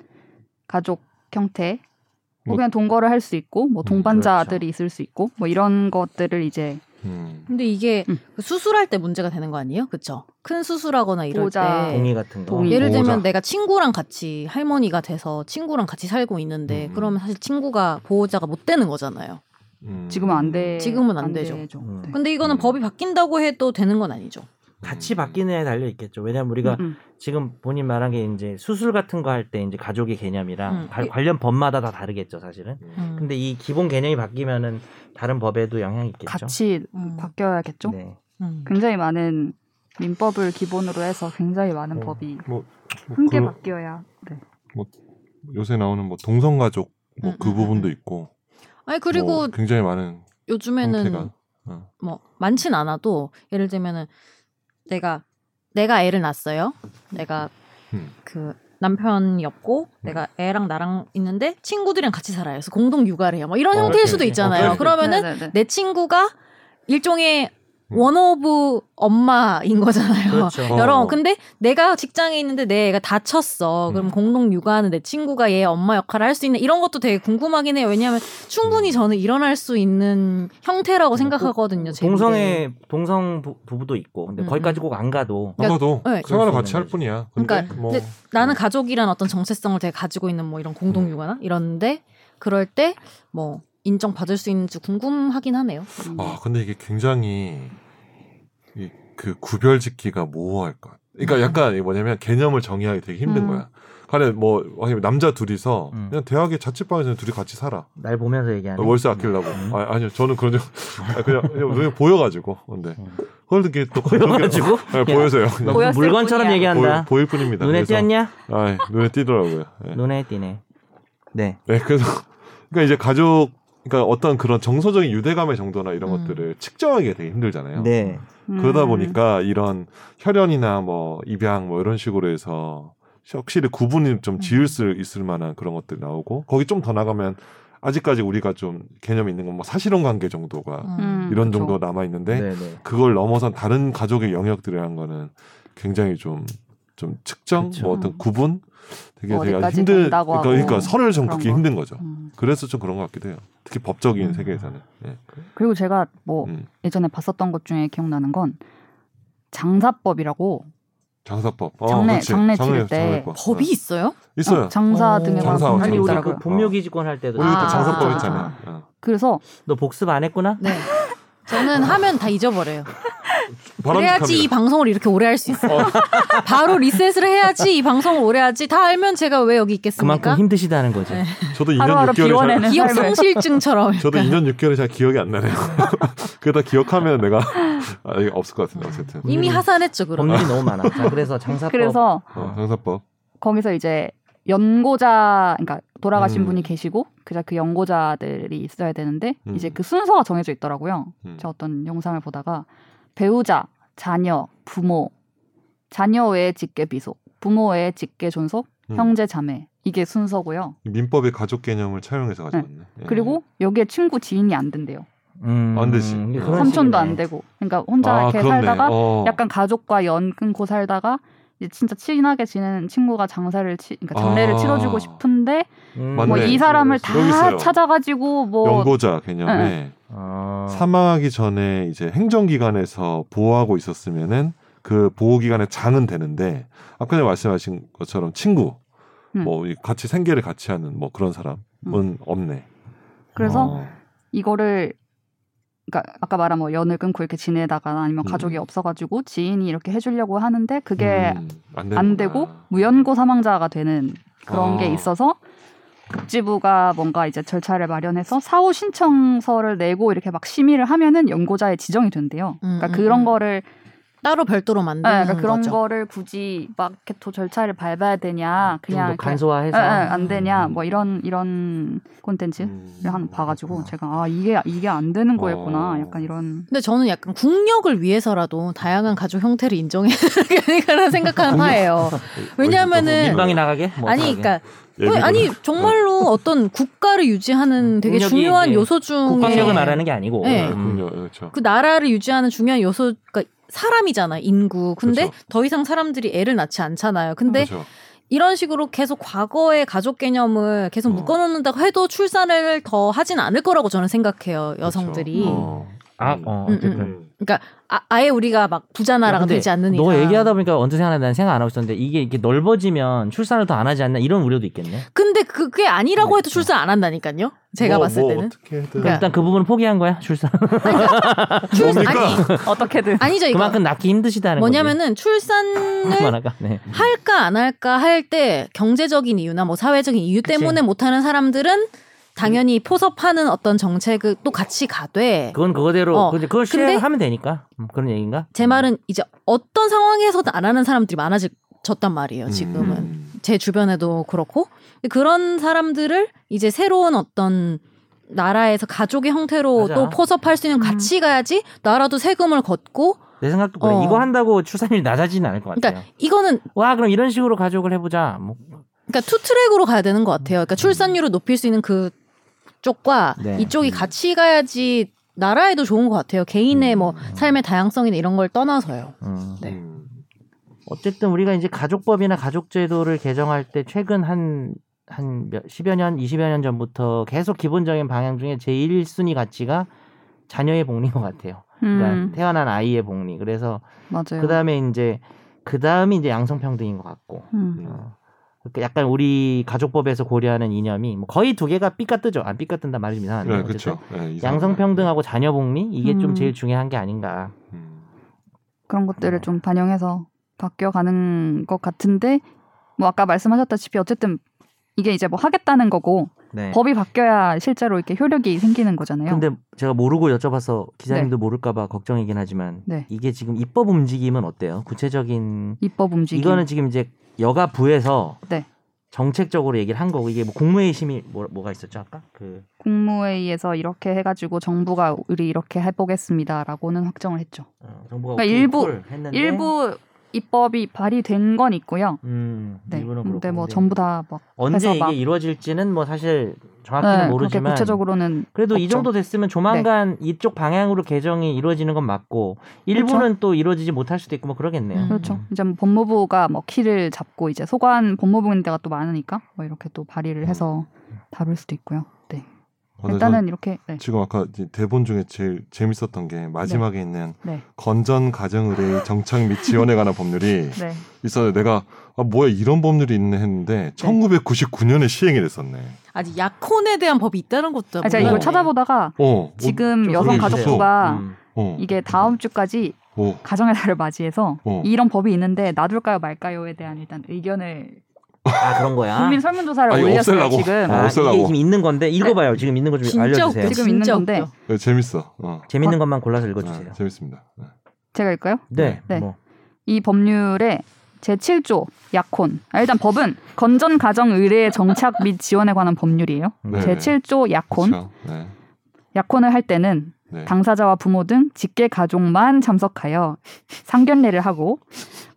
A: 가족 형태 뭐
B: 뭐-
A: 그냥 동거를 할 수 있고 뭐
B: 음,
A: 동반자
D: 그렇죠.
A: 아들이 있을 수 있고 뭐 이런 것들을 이제
B: 음.
C: 근데 이게
A: 음.
C: 그 수술할 때 문제가 되는 거 아니에요? 그쵸? 큰 수술하거나 이럴
A: 보호자.
C: 때.
D: 동의 같은 거.
A: 네. 동의.
C: 예를 들면
B: 보호자.
C: 내가 친구랑 같이 할머니가 돼서 친구랑 같이 살고 있는데
B: 음.
C: 그러면 사실 친구가 보호자가 못 되는 거잖아요.
B: 음.
A: 지금은 안 돼.
C: 지금은 안
A: 안
C: 되죠.
A: 되죠.
D: 음.
A: 네.
C: 근데 이거는
B: 음.
C: 법이 바뀐다고 해도 되는 건 아니죠.
D: 같이 바뀌느냐에 달려 있겠죠. 왜냐면 우리가
A: 음, 음.
D: 지금 본인 말한 게 이제 수술 같은 거 할 때 이제 가족의 개념이랑
C: 음.
D: 가- 관련 법마다 다 다르겠죠, 사실은.
B: 음.
D: 근데 이 기본 개념이 바뀌면은 다른 법에도 영향이 있겠죠.
A: 같이
C: 음.
A: 바뀌어야겠죠.
D: 네.
C: 음.
A: 굉장히 많은 민법을 기본으로 해서 굉장히 많은
B: 어,
A: 법이
B: 뭐, 뭐
A: 함께
B: 그-
A: 바뀌어야. 네.
B: 요새 나오는 뭐 동성 가족 뭐
C: 음,
B: 그
C: 음,
B: 부분도
C: 음.
B: 있고
C: 아니 그리고
B: 뭐 굉장히 많은
C: 요즘에는
B: 형태가 어.
C: 뭐 많진 않아도 예를 들면은 내가 내가 애를 낳았어요. 내가
B: 음.
C: 그 남편이 없고 내가 애랑 나랑 있는데 친구들이랑 같이 살아요. 그래서 공동 육아를 해요. 뭐 이런
B: 어,
C: 형태일
B: 그렇지,
C: 수도
D: 그렇지.
C: 있잖아요.
B: 어, 그렇지.
C: 그러면은
A: 네네네.
C: 내 친구가 일종의
B: 음.
C: 원 오브 엄마인 거잖아요.
D: 그렇죠.
C: 여러
B: 어.
C: 근데 내가 직장에 있는데 내 애가 다쳤어. 그럼
B: 음.
C: 공동 육아하는 내 친구가 얘 엄마 역할을 할 수 있는 이런 것도 되게 궁금하긴 해요. 왜냐하면
D: 음.
C: 충분히 저는 일어날 수 있는 형태라고 생각하거든요. 제 미래에.
D: 동성애 동성 부, 부도 있고 근데
C: 음,
D: 거기까지 꼭 안 가도
C: 그러니까-
B: 아마도
C: 네.
D: 그럴 수
B: 생활을 같이 할
D: 있는 거지.
B: 뿐이야. 근데
C: 그러니까
B: 뭐
C: 근데 나는 가족이란 어떤 정체성을 되게 가지고 있는 뭐 이런
D: 음.
C: 공동 육아나 이런데 그럴 때 뭐 인정 받을 수 있는지 궁금하긴 하네요.
A: 음.
B: 아 근데 이게 굉장히 이, 그 구별 짓기가 모호할 것. 같아.
C: 음.
B: 그러니까 약간 이게 뭐냐면 개념을 정의하기 되게 힘든
A: 음.
B: 거야. 간에 뭐 아니면 남자 둘이서
D: 음.
B: 그냥 대학의 자취방에서 둘이 같이 살아.
D: 날 보면서 얘기하는
B: 월세 아끼려고.
D: 음.
B: 아, 아니요 저는 그런 적 아, 그냥, 그냥 눈에 보여가지고 근데
D: 음.
B: 그걸 이렇게 또
D: 보여가지고 뭐
B: 네, 보여서요. 그냥
A: 보였을
D: 물건처럼
A: 뿐이야.
D: 얘기한다.
B: 보일 뿐입니다.
D: 눈에
B: 그래서-
D: 띄었냐?
B: 아, 눈에 띄더라고요. 예.
D: 눈에 띄네. 네.
B: 네, 그래서 그러니까 이제 가족 그러니까 어떤 그런 정서적인 유대감의 정도나 이런
C: 음.
B: 것들을 측정하기가 되게 힘들잖아요.
D: 네.
B: 그러다
A: 음.
B: 보니까 이런 혈연이나 뭐 입양 뭐 이런 식으로 해서 확실히 구분이
D: 음.
B: 좀 지을 수 있을 만한 그런 것들이 나오고 거기 좀 더 나가면 아직까지 우리가 좀 개념이 있는 건 뭐 사실혼 관계 정도가
C: 어.
A: 음,
B: 이런
A: 그쵸.
B: 정도 남아 있는데
D: 네, 네.
B: 그걸 넘어선 다른 가족의 영역들이라는 거는 굉장히 좀, 좀 측정,
D: 그쵸.
B: 뭐 어떤
A: 음.
B: 구분 되게
A: 뭐
B: 되게
A: 어디까지
B: 힘들,
A: 본다고
B: 그러니까,
A: 하고
B: 그러니까 선을 좀
A: 그런
B: 긋기
A: 거.
B: 힘든 거죠.
A: 음.
B: 그래서 좀 그런 것 같기도 해요. 특히 법적인
C: 음.
B: 세계에서는. 예.
A: 그리고 제가 뭐
B: 음.
A: 예전에 봤었던 것 중에 기억나는 건 장사법이라고
B: 장사법. 아,
A: 장례-
B: 그렇지.
A: 장례 치를 때
B: 장례법.
C: 법이
B: 네.
C: 있어요?
B: 있어요.
A: 어, 장사
C: 어.
A: 등에 관한
B: 장사,
A: 법률이
D: 아니 우리
A: 있더라고요.
D: 그 본묘기지권 할 때도
B: 우리 그때
C: 아,
B: 장사법
A: 그쵸,
B: 했잖아요. 어.
A: 그래서
D: 너 복습 안 했구나?
C: 네. 저는 하면 다 잊어버려요. 그래야지 이
B: 바람직합니다.
C: 방송을 이렇게 오래 할 수 있어요.
B: 어.
C: 바로 리셋을 해야지 이 방송을 오래 하지. 다 알면 제가 왜 여기
D: 그만큼
C: 있겠습니까?
D: 힘드시다는 거죠.
C: 네.
B: 저도 2년
A: 하루하루
B: 6개월에 잘,
A: 비워내는
C: 기억
A: 삶을
C: 상실증처럼.
B: 저도 2년 6개월에 잘 기억이 안 나네요. 그다 기억하면 내가 아, 이게 없을 것 같은데 어쨌든.
C: 이미 하산했죠, 그럼.
D: 법률이 너무 많아. 자, 그래서 장사법.
A: 그래서
B: 어, 장사법.
A: 거기서 이제 연고자 그러니까 돌아가신
B: 음.
A: 분이 계시고 그자 그 연고자들이 있어야 되는데
B: 음.
A: 이제 그 순서가 정해져 있더라고요.
B: 음.
A: 제가 어떤 영상을 보다가 배우자, 자녀, 부모, 자녀 외 직계 비속, 부모 외 직계 존속,
B: 음.
A: 형제 자매 이게 순서고요.
B: 민법의 가족 개념을 차용해서 가져왔네. 예.
A: 그리고 여기에 친구 지인이 안 된대요.
D: 음,
B: 안 되지.
D: 이게 그런
A: 삼촌도 안
D: 식이네.
A: 되고. 그러니까 혼자 이렇게
B: 아, 그렇네.
A: 살다가
B: 어.
A: 약간 가족과 연 끊고 살다가 이제 진짜 친하게 지내는 친구가 장사를 치, 그러니까 장례를
B: 아.
A: 치러주고 싶은데
D: 음,
B: 맞네.
A: 뭐 이 사람을
B: 여기
A: 다
B: 있어요.
A: 찾아가지고 뭐
B: 연고자 개념에
D: 어,
B: 사망하기 전에 이제 행정기관에서 보호하고 있었으면은 그 보호기관의 장은 되는데 아까 전에 말씀하신 것처럼 친구
A: 음.
B: 뭐이 같이 생계를 같이 하는 뭐 그런 사람은
A: 음.
B: 없네.
A: 그래서
B: 어.
A: 이거를 그러니까 아까 말한 뭐 연을 끊고 이렇게 지내다가 아니면
B: 음.
A: 가족이 없어가지고 지인이 이렇게 해주려고 하는데 그게
B: 음,
A: 안
D: 네.
B: 되는구나.
A: 되고 무연고 사망자가 되는 그런
B: 아.
A: 게 있어서 복지부가 뭔가 이제 절차를 마련해서 사후 신청서를 내고 이렇게 막 심의를 하면은 연고자에 지정이 된대요.
C: 음,
A: 그러니까
C: 음,
A: 그런
C: 음.
A: 거를
C: 따로 별도로
A: 네,
C: 만드는
A: 그러니까 그런
C: 거죠.
A: 거를 굳이 마케토 절차를 밟아야 되냐,
D: 좀더
A: 그냥 이렇게
D: 간소화해서
C: 어,
D: 음.
A: 예, 예, 안 되냐, 뭐 이런 이런 콘텐츠를
B: 음.
A: 한 봐가지고 제가 아 이게 이게 안 되는 거였구나,
B: 어.
A: 약간 이런.
C: 근데 저는 약간 국력을 위해서라도 다양한 가족 형태를 인정해야 되니까 생각하는 파예요. 왜냐면은
D: 민방위 나가게 뭐
C: 아니
D: 어떡하게?
C: 그러니까 뭐, 아니 정말로 어떤 국가를 유지하는 되게
D: 음, 국력이
C: 중요한
D: 이제
C: 요소 중에
D: 국방력을 말하는 게 아니고
C: 네.
D: 음.
B: 그렇죠.
C: 그 나라를 유지하는 중요한 요소 그러니까 사람이잖아 인구. 근데
B: 그렇죠.
C: 더 이상 사람들이 애를 낳지 않잖아요. 근데
B: 그렇죠.
C: 이런 식으로 계속 과거의 가족 개념을 계속
B: 어.
C: 묶어놓는다고 해도 출산을 더 하진 않을 거라고 저는 생각해요 여성들이.
B: 그렇죠. 어.
D: 아,
B: 음.
D: 어,
C: 음,
D: 어쨌든.
B: 음.
C: 아, 예 우리가 막 부자 나라가
D: 근데
C: 되지 않는
D: 너
C: 이상.
D: 얘기하다 보니까 언제 생각나는 난 생각 안 하고 있었는데 이게 이렇게 넓어지면 출산을 더 안 하지 않나 이런 우려도 있겠네.
C: 근데 그게 아니라고 해도 출산 안 한다니까요. 제가
B: 뭐,
C: 봤을
B: 뭐
C: 때는
B: 어떻게든
C: 그러니까
D: 일단 그 부분은 포기한 거야 출산.
C: 출산
B: 뭐, 뭡니까?
C: 아니
A: 어떻게든.
C: 아니죠 이거
D: 그만큼 낳기 힘드시다는
C: 그러니까 뭐냐면은 출산을
D: 거지. 그만할까? 네.
C: 할까 안 할까 할 때 경제적인 이유나 뭐 사회적인 이유
D: 그치. 음.
C: 때문에 못하는 사람들은 당연히 포섭하는 어떤 정책을 또 같이 가되
D: 그건 그거대로
C: 어,
D: 근데 그걸
C: 근데-
D: 실행하면 되니까 음, 그런 얘기인가?
C: 제 말은 이제 어떤 상황에서도 안 하는 사람들이 많아졌단 말이에요 지금은
B: 음.
C: 제 주변에도 그렇고 근데 그런 사람들을 이제 새로운 어떤 나라에서 가족의 형태로
D: 맞아.
C: 또 포섭할 수
A: 음.
C: 있는 같이 가야지 나라도 세금을 걷고
D: 내 생각도 그래.
C: 어.
D: 이거 한다고 출산율이 낮아지는 않을 것 같아요.
C: 그러니까 이거는
D: 와 그럼 이런 식으로 가족을 해보자. 뭐,
C: 그러니까 투 트랙으로 가야 되는 것 같아요. 그러니까 출산율을 높일 수 있는 그 쪽과
D: 네.
C: 이쪽이 같이 가야지 나라에도 좋은 것 같아요. 개인의
B: 음.
C: 뭐 삶의 다양성이나 이런 걸 떠나서요.
D: 음.
C: 네.
B: 음.
D: 어쨌든 우리가 이제 가족법이나 가족제도를 개정할 때 최근 한, 한 몇- 10여 년, 20여 년 전부터 계속 기본적인 방향 중에 제1순위 가치가 자녀의 복리인 것 같아요. 그러니까
A: 음,
D: 태어난 아이의 복리. 그래서
A: 맞아요.
C: 네.
D: 그 다음에 이제, 그 다음이 이제 양성평등인 것 같고.
A: 음.
B: 음.
D: 그러니까 약간 우리 가족법에서 고려하는 이념이 뭐 거의 두 개가 삐까 뜨죠. 안 삐까 뜬다 말이 이상한데.
B: 네,
D: 어쨌든
B: 그렇죠. 네, 이상하네.
D: 양성평등하고 자녀 복리? 이게
A: 음.
D: 좀 제일 중요한 게 아닌가.
B: 음.
A: 그런
D: 음.
A: 것들을 좀 반영해서 바뀌어가는 것 같은데 뭐 아까 말씀하셨다시피 어쨌든 이게 이제 뭐 하겠다는 거고
D: 네.
A: 법이 바뀌어야 실제로 이렇게 효력이 생기는 거잖아요.
D: 근데 제가 모르고 여쭤봐서 기자님도 모를까봐 걱정이긴 하지만
A: 네.
D: 이게 지금 입법 움직임은 어때요? 구체적인
A: 입법 움직임.
D: 이거는 지금 이제 여가부에서
A: 네.
D: 정책적으로 얘기를 한 거고 이게 뭐 국무회의 심의 뭐, 뭐가 있었죠 아까 그
A: 국무회의에서 이렇게 해가지고 정부가 우리 이렇게 해보겠습니다라고는 확정을 했죠.
D: 어, 정부가
A: 그러니까
D: 오케이,
A: 일부-
D: 콜 했는데
A: 일부 입법이 발의된 건 있고요.
D: 음
A: 네.
D: 일부는 그렇고
A: 근데 뭐
D: 근데
A: 전부 다막
D: 언제
A: 해서
D: 이게
A: 막-
D: 이루어질지는 뭐 사실 정확히는
A: 네, 그렇게
D: 모르지만
A: 구체적으로는
D: 그래도
A: 없죠.
D: 이
A: 네.
D: 정도 됐으면 조만간 이쪽 방향으로 개정이 이루어지는 건 맞고 일부는 또 이루어지지 못할 수도 있고 뭐 그러겠네요.
C: 음.
A: 그렇죠. 이제 뭐 법무부가 뭐 키를 잡고 이제 소관 법무부인데가 또 많으니까 뭐 이렇게 또
B: 음.
A: 발의를 해서 다룰 수도 있고요. 네.
B: 어, 근데
A: 일단은 이렇게 네.
B: 저 지금 아까 이제 대본 중에 제일 재밌었던 게 마지막에 있는
A: 네.
B: 건전 가정의뢰의 정착 및 지원에 관한 법률이
A: 네.
B: 있었는데 내가 아, 뭐야 이런 법률이 있네 했는데 1999년에 시행이 됐었네.
C: 아직 약혼에 대한 법이 있다는 것도
A: 아, 제가
B: 뭐
C: 몰라요.
A: 이걸 찾아보다가
B: 어.
A: 지금
D: 좀
A: 음, 여성가족부가
D: 음.
B: 어, 어,
A: 이게 다음 주까지
B: 어.
A: 가정의 달을 맞이해서
B: 어.
A: 이런 법이 있는데 놔둘까요 말까요에 대한 일단 의견을
D: 아 그런 거야.
A: 국민 설문조사를
B: 아, 이거
A: 올렸어요
B: 없애려고.
A: 지금.
B: 어.
D: 아, 이게
B: 없애려고.
D: 지금 있는 건데 읽어봐요. 지금 있는 거 좀
C: 네. 진짜
D: 알려주세요.
C: 웃겨.
A: 지금 있는
C: 진짜
A: 건데.
C: 웃겨.
B: 네, 재밌어. 어.
D: 재밌는 것만 골라서
B: 아,
D: 읽어주세요.
B: 재밌습니다. 네.
A: 제가 읽까요?
D: 네,
A: 네.
D: 뭐
A: 이 법률의 제7조 약혼. 아, 일단 법은 건전 가정 의례의 정착 및 지원에 관한 법률이에요.
D: 음.
B: 네.
A: 제7조 약혼.
B: 그렇죠. 네.
A: 약혼을 할 때는
B: 네.
A: 당사자와 부모 등 직계 가족만 참석하여 상견례를 하고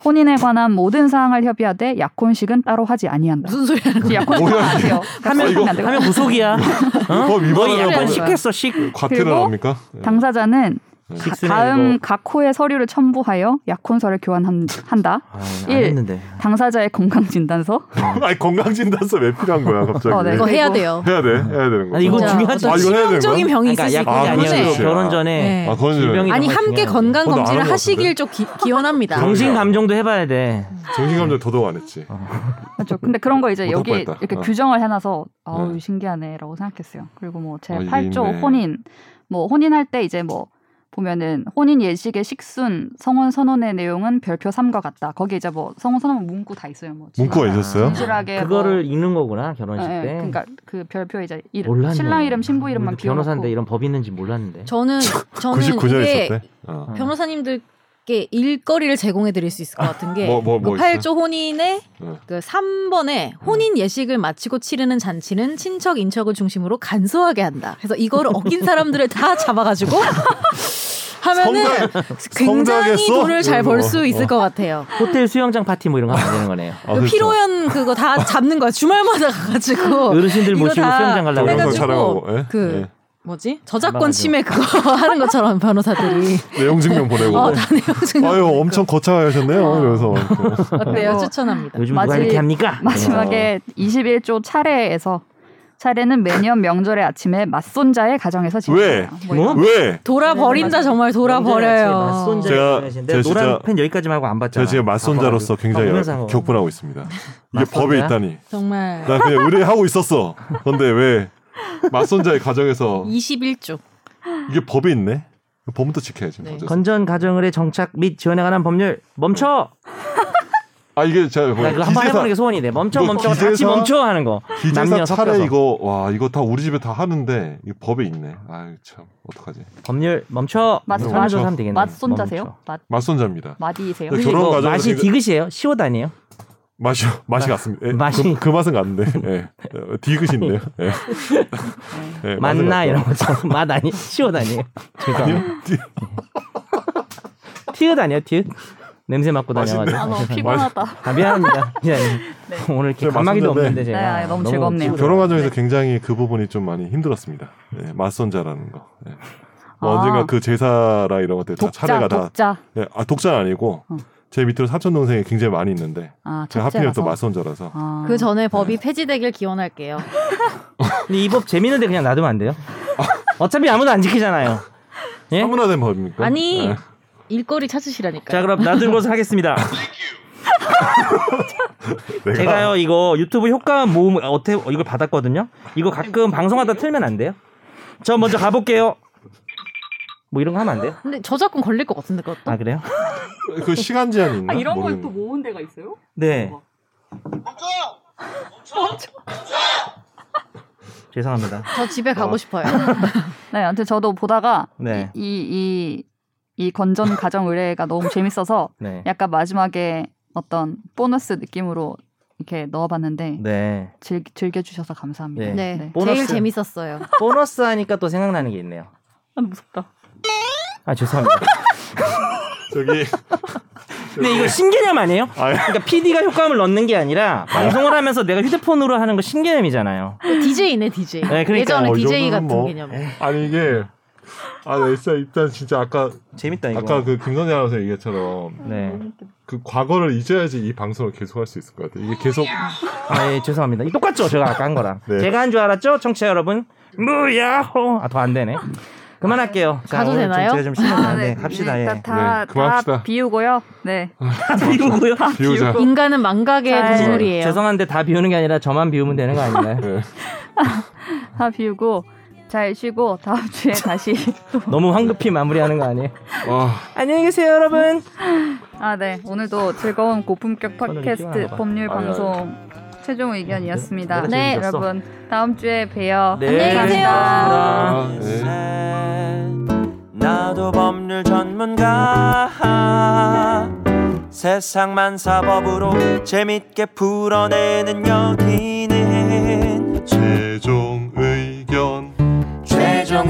A: 혼인에 관한 모든 사항을 협의하되 약혼식은 따로 하지 아니한다.
C: 무슨 소리 하는 거야?
A: 약혼식은
B: 뭐야,
A: 안 돼요.
D: 아, 하면
A: 약혼식은 그러니까 안 되고.
D: 하면 구속이야.
B: 네. 법 위반하는
D: 너 약간
A: 거예요.
D: 식했어 식.
B: 뭐 과태료
A: 그리고
B: 나옵니까? 네.
A: 당사자는
B: 네.
A: 가-
D: 식순에
A: 다음
D: 이거-
A: 각 호의 서류를 첨부하여 약혼서를 교환한다.
D: 아, 안
A: 일.
D: 했는데.
A: 당사자의 건강진단서.
B: 아니 건강진단서 왜 필요한 거야 갑자기?
A: 어, 네.
C: 이거 해야
A: 그리고-
C: 돼요.
B: 네. 해야 돼, 해야 되는 거.
D: 아니, 이거
C: 진짜
D: 중요하지.
C: 어떤
B: 아, 이거 해야 되는
C: 치명적인
B: 거야?
C: 병이 있을
D: 그러니까
C: 수
D: 약혼이
B: 아,
C: 있기
B: 그렇지.
D: 아니어도
C: 때문에
D: 결혼 전에
C: 네.
B: 아, 그건
D: 질병이
B: 이제
C: 아니
D: 정말
C: 함께
D: 중요하네.
C: 건강
B: 그건 나가는
C: 검진을
B: 것
C: 하시길 좀 기, 기원합니다.
B: 그럼-
D: 정신 감정도 해봐야 돼.
B: 정신감정 도덕 안 했지.
A: 그렇죠. 근데 그런 거 이제
B: 못할
A: 여기
B: 뻔했다.
A: 이렇게
B: 어.
A: 규정을 해놔서 아우
B: 네.
A: 신기하네라고 생각했어요. 그리고 뭐 제
B: 어, 이게
A: 8조
B: 있네.
A: 혼인 뭐 혼인할 때 이제 뭐 보면은 혼인 예식의 식순 성혼 선언의 내용은 별표 3과 같다. 거기 이제 뭐 성혼 선언 문구 다 있어요. 뭐
B: 문구가 그 있었어요?
A: 진실하게
D: 그거를 읽는 거구나
A: 예,
D: 결혼식
A: 예.
D: 때.
A: 그러니까 그 별표 이제
D: 몰랐네. 아,
A: 이름, 신랑 이름 신부 이름만
D: 우리도 변호사인데
A: 비워놓고
D: 이런 법이 있는지 몰랐는데.
C: 저는 저는
B: 99년에
C: 이게
B: 있었대. 어.
D: 어.
C: 변호사님들 이게 일거리를 제공해 드릴 수 있을 것 같은 게
B: 뭐, 뭐,
C: 그
B: 뭐 있어요?
C: 8조 혼인의
B: 네.
C: 그 3번에 혼인 예식을 마치고 치르는 잔치는 친척 인척을 중심으로 간소하게 한다. 그래서 이거를 어긴 사람들을 다 잡아가지고 하면은 굉장히
B: 성장했어?
C: 돈을 잘 벌
B: 어,
C: 수 있을
B: 어.
C: 것 같아요.
D: 호텔 수영장 파티 뭐 이런 거 하면 되는 거네요.
B: 아, 그렇죠.
C: 피로연 그거 다 잡는 거야. 주말마다 가가지고
D: 어르신들
C: 이거
D: 모시고
C: 다
D: 수영장 가려고
B: 영상
C: 해가지고
B: 아, 촬영하고, 예?
C: 그 뭐지
D: 잡아가지고.
C: 저작권 침해 그거 하는 것처럼 변호사들이
B: 예. 내용 증명 보내고
D: 아,
B: 예.
C: 어 다네요 증명
B: 아유 엄청 거창하게 하셨네요.
C: 어.
B: 그래서
C: 어때요
A: 어.
C: 추천합니다.
D: 요즘 누가
A: 마지-
D: 이렇게 합니까? 어.
A: 마지막에 21조 차례에서 차례는 매년 명절의 아침에 맞손자의 가정에서 진행해요.
D: 뭐?
B: 왜
C: 돌아버린다 정말 돌아버려요.
D: 맞손자
B: 제가-
D: 입장이신데
B: 제가
D: 노란
B: 진짜-
D: 펜 여기까지만 하고 안
B: 제가
D: 봤잖아. 아,
B: 지금 맞손자로서 굉장히 격분하고 있습니다. 이게
D: 맞손자야?
B: 법에 있다니.
C: 정말
B: 나 그냥 의뢰하고 있었어. 근데 왜 맞손자의 가정에서
C: 21조
B: 이게 법이 있네? 법은 또 지켜야지. 뭐
C: 네.
B: 어쩔 수 없어.
D: 건전 가정을의 정착 및 지원에 관한 법률 멈춰.
B: 아 이게 제가
D: 나
B: 보면
D: 그거 한번 해보는
B: 기재사
D: 게 소원이 돼. 멈춰
B: 이거
D: 멈춰 같이
B: 기재사-
D: 멈춰 하는 거.
B: 기재사
D: 남녀
B: 차례
D: 섞여서.
B: 이거 와 이거 다 우리 집에 다 하는데 이 법에 있네. 아유 참 어떡하지?
D: 법률 멈춰.
A: 맞-
D: 설마 조사 하면 되겠네.
A: 맞손자세요?
D: 멈춰.
A: 맞
B: 맞손자입니다.
A: 마디이세요?
B: 네, 결혼
D: 이거
B: 과정에서
D: 맛이
B: 이거-
D: 디귿이에요? 시옷 아니에요?
B: 맛이 맛이 갔습니다. 예,
D: 맛이-
B: 그, 그 맛은 갔는데 예. 어, 디귿인데요. 예.
A: 네.
B: 예,
D: 네,
B: 맛은 예.
D: 맞나
B: 갔고.
D: 이런 거죠. 맛 아니 시옷 아니에요? 죄송합니다.
B: 아니요?
A: 네.
B: 디-
D: 티읕 아니에요? 티읕? 냄새 맡고
B: 맛있네.
D: 다녀가지고.
A: 아, 너무 피곤하다.
D: 아 미안합니다. 미안해요. 오늘 이렇게
B: 네,
D: 감마기도
B: 맞습니다.
D: 없는데 제가
A: 네, 아, 너무 즐겁네요.
D: 피곤해요.
B: 결혼 과정에서 굉장히 그 부분이 좀 많이 힘들었습니다. 예, 맞선자라는 거. 예. 뭐
A: 아.
B: 언젠가 그 제사라 이런 것들 다 차례가
A: 독자,
B: 다
A: 독자.
B: 예, 아, 독자는 아니고
A: 어.
B: 제 밑으로 사촌 동생이 굉장히 많이 있는데
A: 아,
B: 제가 하필이면
A: 첫째라서.
B: 또 맞선자라서
A: 아.
C: 그 전에 법이 폐지되길 기원할게요.
D: 근데 이 법 재밌는데 그냥 놔두면 안 돼요? 어차피 아무도 안 지키잖아요. 예?
B: 네? 사문화된 법입니까?
C: 아니
D: 네.
B: 예.
C: 일거리 찾으시라니까.
D: 자 그럼 놔둘고서 하겠습니다.
B: 내가
D: 제가요 이거 유튜브 효과 모음 어때 이걸 받았거든요. 이거 가끔 방송하다 틀면 안 돼요? 저 먼저 가볼게요. 뭐 이런 거 하면 안 돼요?
C: 근데 저작권 걸릴 것 같은데 그것도.
D: 아 그래요?
B: 그 시간 제한이
A: 아,
B: 있나? 모르겠네.
A: 모은 데가 있어요?
D: 네. 죄송합니다.
C: 저 집에 가고 싶어요.
A: 네, 아무튼 저도 보다가
D: 네.
A: 이 이 이 건전 가정 의뢰가 너무 재밌어서
D: 네.
A: 약간 마지막에 어떤 보너스 느낌으로 이렇게 넣어봤는데
D: 네.
A: 즐, 즐겨주셔서 감사합니다.
D: 네.
C: 네,
D: 보너스.
C: 제일 재밌었어요.
D: 보너스 하니까 또 생각나는 게 있네요.
A: 아, 무섭다.
D: 아 죄송합니다.
B: 저기
D: 근데 이거 신개념 아니에요?
B: 아니,
D: 그러니까 PD가 효과음을 넣는 게 아니라 방송을 하면서 내가 휴대폰으로 하는 거 신개념이잖아요.
C: DJ네 DJ.
D: 네, 그러니까요.
C: 예전에
B: 어, 이
C: DJ
B: 정도는
C: 아, 같은
B: 뭐.
C: 개념.
B: 아니 이게 아, 네, 일단, 일단 진짜 아까
D: 재밌다 이거.
B: 아까 그 김선재 아나운서 얘기처럼
D: 네.
B: 그 과거를 잊어야지 이 방송을 계속할 수 있을 것 같아요. 이게 계속
D: 아, 예, 죄송합니다. 이 똑같죠? 제가 아까 한 거랑.
B: 네.
D: 제가 한 줄 알았죠? 청취자 여러분. 무야호! 아, 더 안 되네. 그만할게요. 자,
C: 가도
D: 오늘
C: 되나요? 아, 네.
D: 좀 제가 좀 신경 나는데 갑시다. 예.
A: 아, 네. 다, 다,
B: 네, 그만합시다.
A: 다 비우고요. 네.
D: 비우고요.
B: 비우자.
A: 비우고.
C: 인간은 망각의
A: 잘-
C: 동물이에요.
D: 죄송한데 다 비우는 게 아니라 저만 비우면 되는 거 아닌가요?
B: 네.
A: 다 비우고 잘 쉬고 다음 주에 다시
D: 너무 황급히 마무리하는 거 아니에요?
B: 아.
D: 안녕히 계세요, 여러분.
A: 아, 네. 오늘도 즐거운 고품격
D: 오늘 이렇게 하나
A: 팟캐스트
D: 봐.
A: 법률
B: 아니, 아니.
A: 방송
D: 네.
A: 최종 의견이었습니다.
D: 내가
A: 네,
D: 재밌었어.
A: 여러분. 다음 주에 봬요.
D: 네,
B: 감사합니다.
D: 감사합니다.
B: 네.
E: 나도 법률 전문가 세상만 사법으로 재밌게 풀어내는 여기는
B: 최종 의견
E: 최종